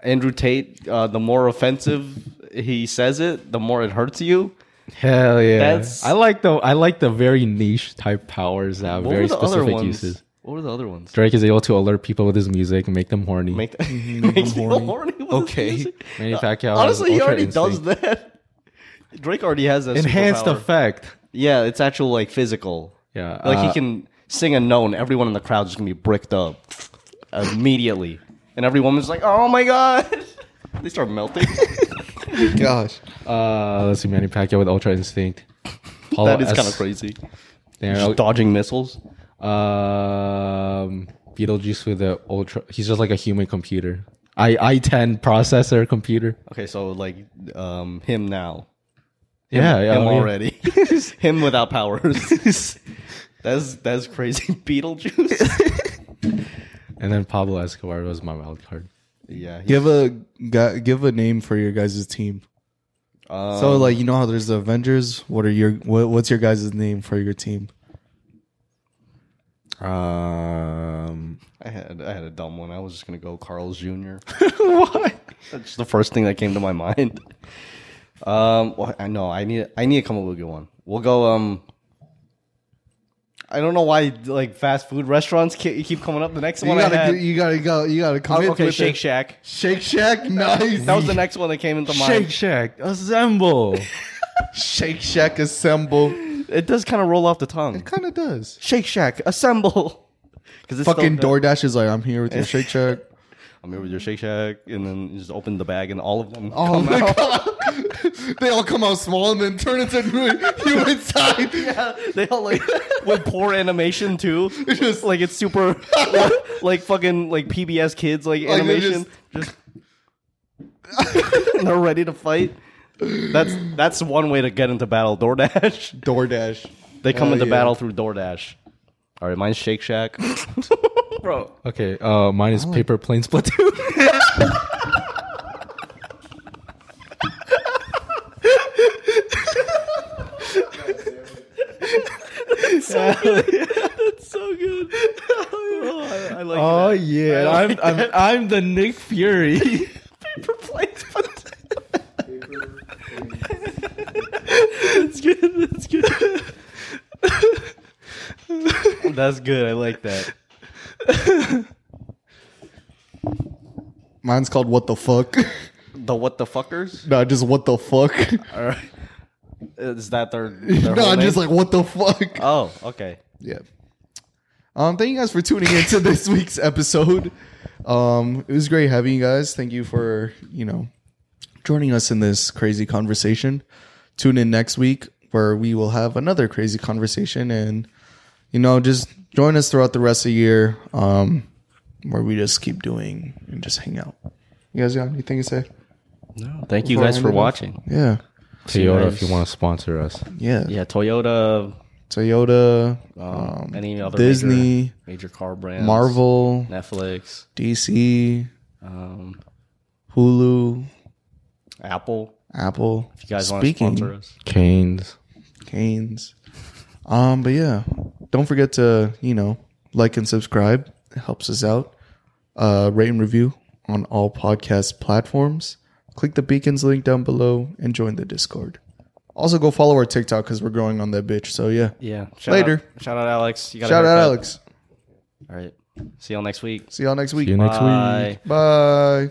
Andrew Tate. Uh, the more offensive he says it, the more it hurts you. Hell yeah! That's- I like the I like the very niche type powers that have What very were the other specific ones? uses. What were the other ones? Drake is able to alert people with his music and make them horny. Make th- Mm-hmm. makes them people horny. horny. with his Okay. music? Uh, Manny Pacquiao has Honestly, he ultra already does that. Drake already has that. Enhanced superpower. effect. Yeah, it's actual like physical. Yeah, like he uh, can sing a note, and everyone in the crowd is gonna be bricked up immediately, and every woman's like, "Oh my god!" they start melting. Gosh, Uh, let's see, Manny Pacquiao with Ultra Instinct. Paula that is Oh, S. kind of crazy. Damn, Just dodging missiles. um, Beetlejuice with the Ultra. He's just like a human computer. I i ten processor computer. Okay, so like um, him now, yeah, yeah, him oh, yeah. already, him without powers. that's that's crazy. Beetlejuice. And then Pablo Escobar was my wild card. yeah. he's- give a gu- give a name for your guys' team. um, So like you know how there's the Avengers. What are your what, what's your guys' name for your team? Um, I had I had a dumb one. I was just gonna go Carl's Jr. what? That's the first thing that came to my mind. Um, well, I know I need I need to come up with a good one. We'll go. Um, I don't know why like fast food restaurants ke- keep coming up. The next You one I gotta had, do- you gotta go you gotta commit. Oh, okay, with Shake it. Shack. Shake Shack. Nice. That was the next one that came into Shake mind. Shack, assemble. Shake Shack assemble. It does kind of roll off the tongue. Kind of does. Shake Shack, assemble. Because it's Fucking still- DoorDash is like I'm here with your Shake Shack. I'm here with your Shake Shack, and then you just open the bag, and all of them. Oh my god! they all come out small and then turn into human size. they all like with poor animation too. just- like it's super like fucking like PBS kids like, Like, they're animation. Just, they're ready to fight. That's that's one way to get into battle. DoorDash. DoorDash. They come Hell into yeah. battle through DoorDash. All right, mine's Shake Shack. Bro, okay, uh, mine is Paper Planes Platoon. so good. oh, I, I like Oh that. yeah, I I'm like I'm, I'm the Nick Fury. paper planes. But that's good. That's good. that's good. I like that. Mine's called What the Fuck. The what the fuckers? no, just What the Fuck. All right. Is that their? no, their whole just name? like What the Fuck. Oh, okay. Yeah. Um, thank you guys for tuning in to this week's episode. Um, it was great having you guys. Thank you for, you know, joining us in this crazy conversation. Tune in next week where we will have another crazy conversation and, you know, just join us throughout the rest of the year um, where we just keep doing and just hang out. You guys got anything to say? Thank you Before guys I for end it off? watching. Yeah. Toyota, if you want to sponsor us, Yeah. Yeah, Toyota, Toyota, um, any other Disney, major, major car brands, Marvel, Netflix, DC, um, Hulu, Apple. Apple. If you guys want to sponsor us, Canes. Canes. Um, but yeah, don't forget to you know like and subscribe. It helps us out. Uh, rate and review on all podcast platforms. Click the beacons link down below and join the Discord. Also, go follow our TikTok because we're growing on that bitch. So yeah, yeah. Shout Later. Out, shout out, Alex. You got a shout out haircut. Alex. All right. See y'all next week. See y'all next week. See you next week. Bye. Bye.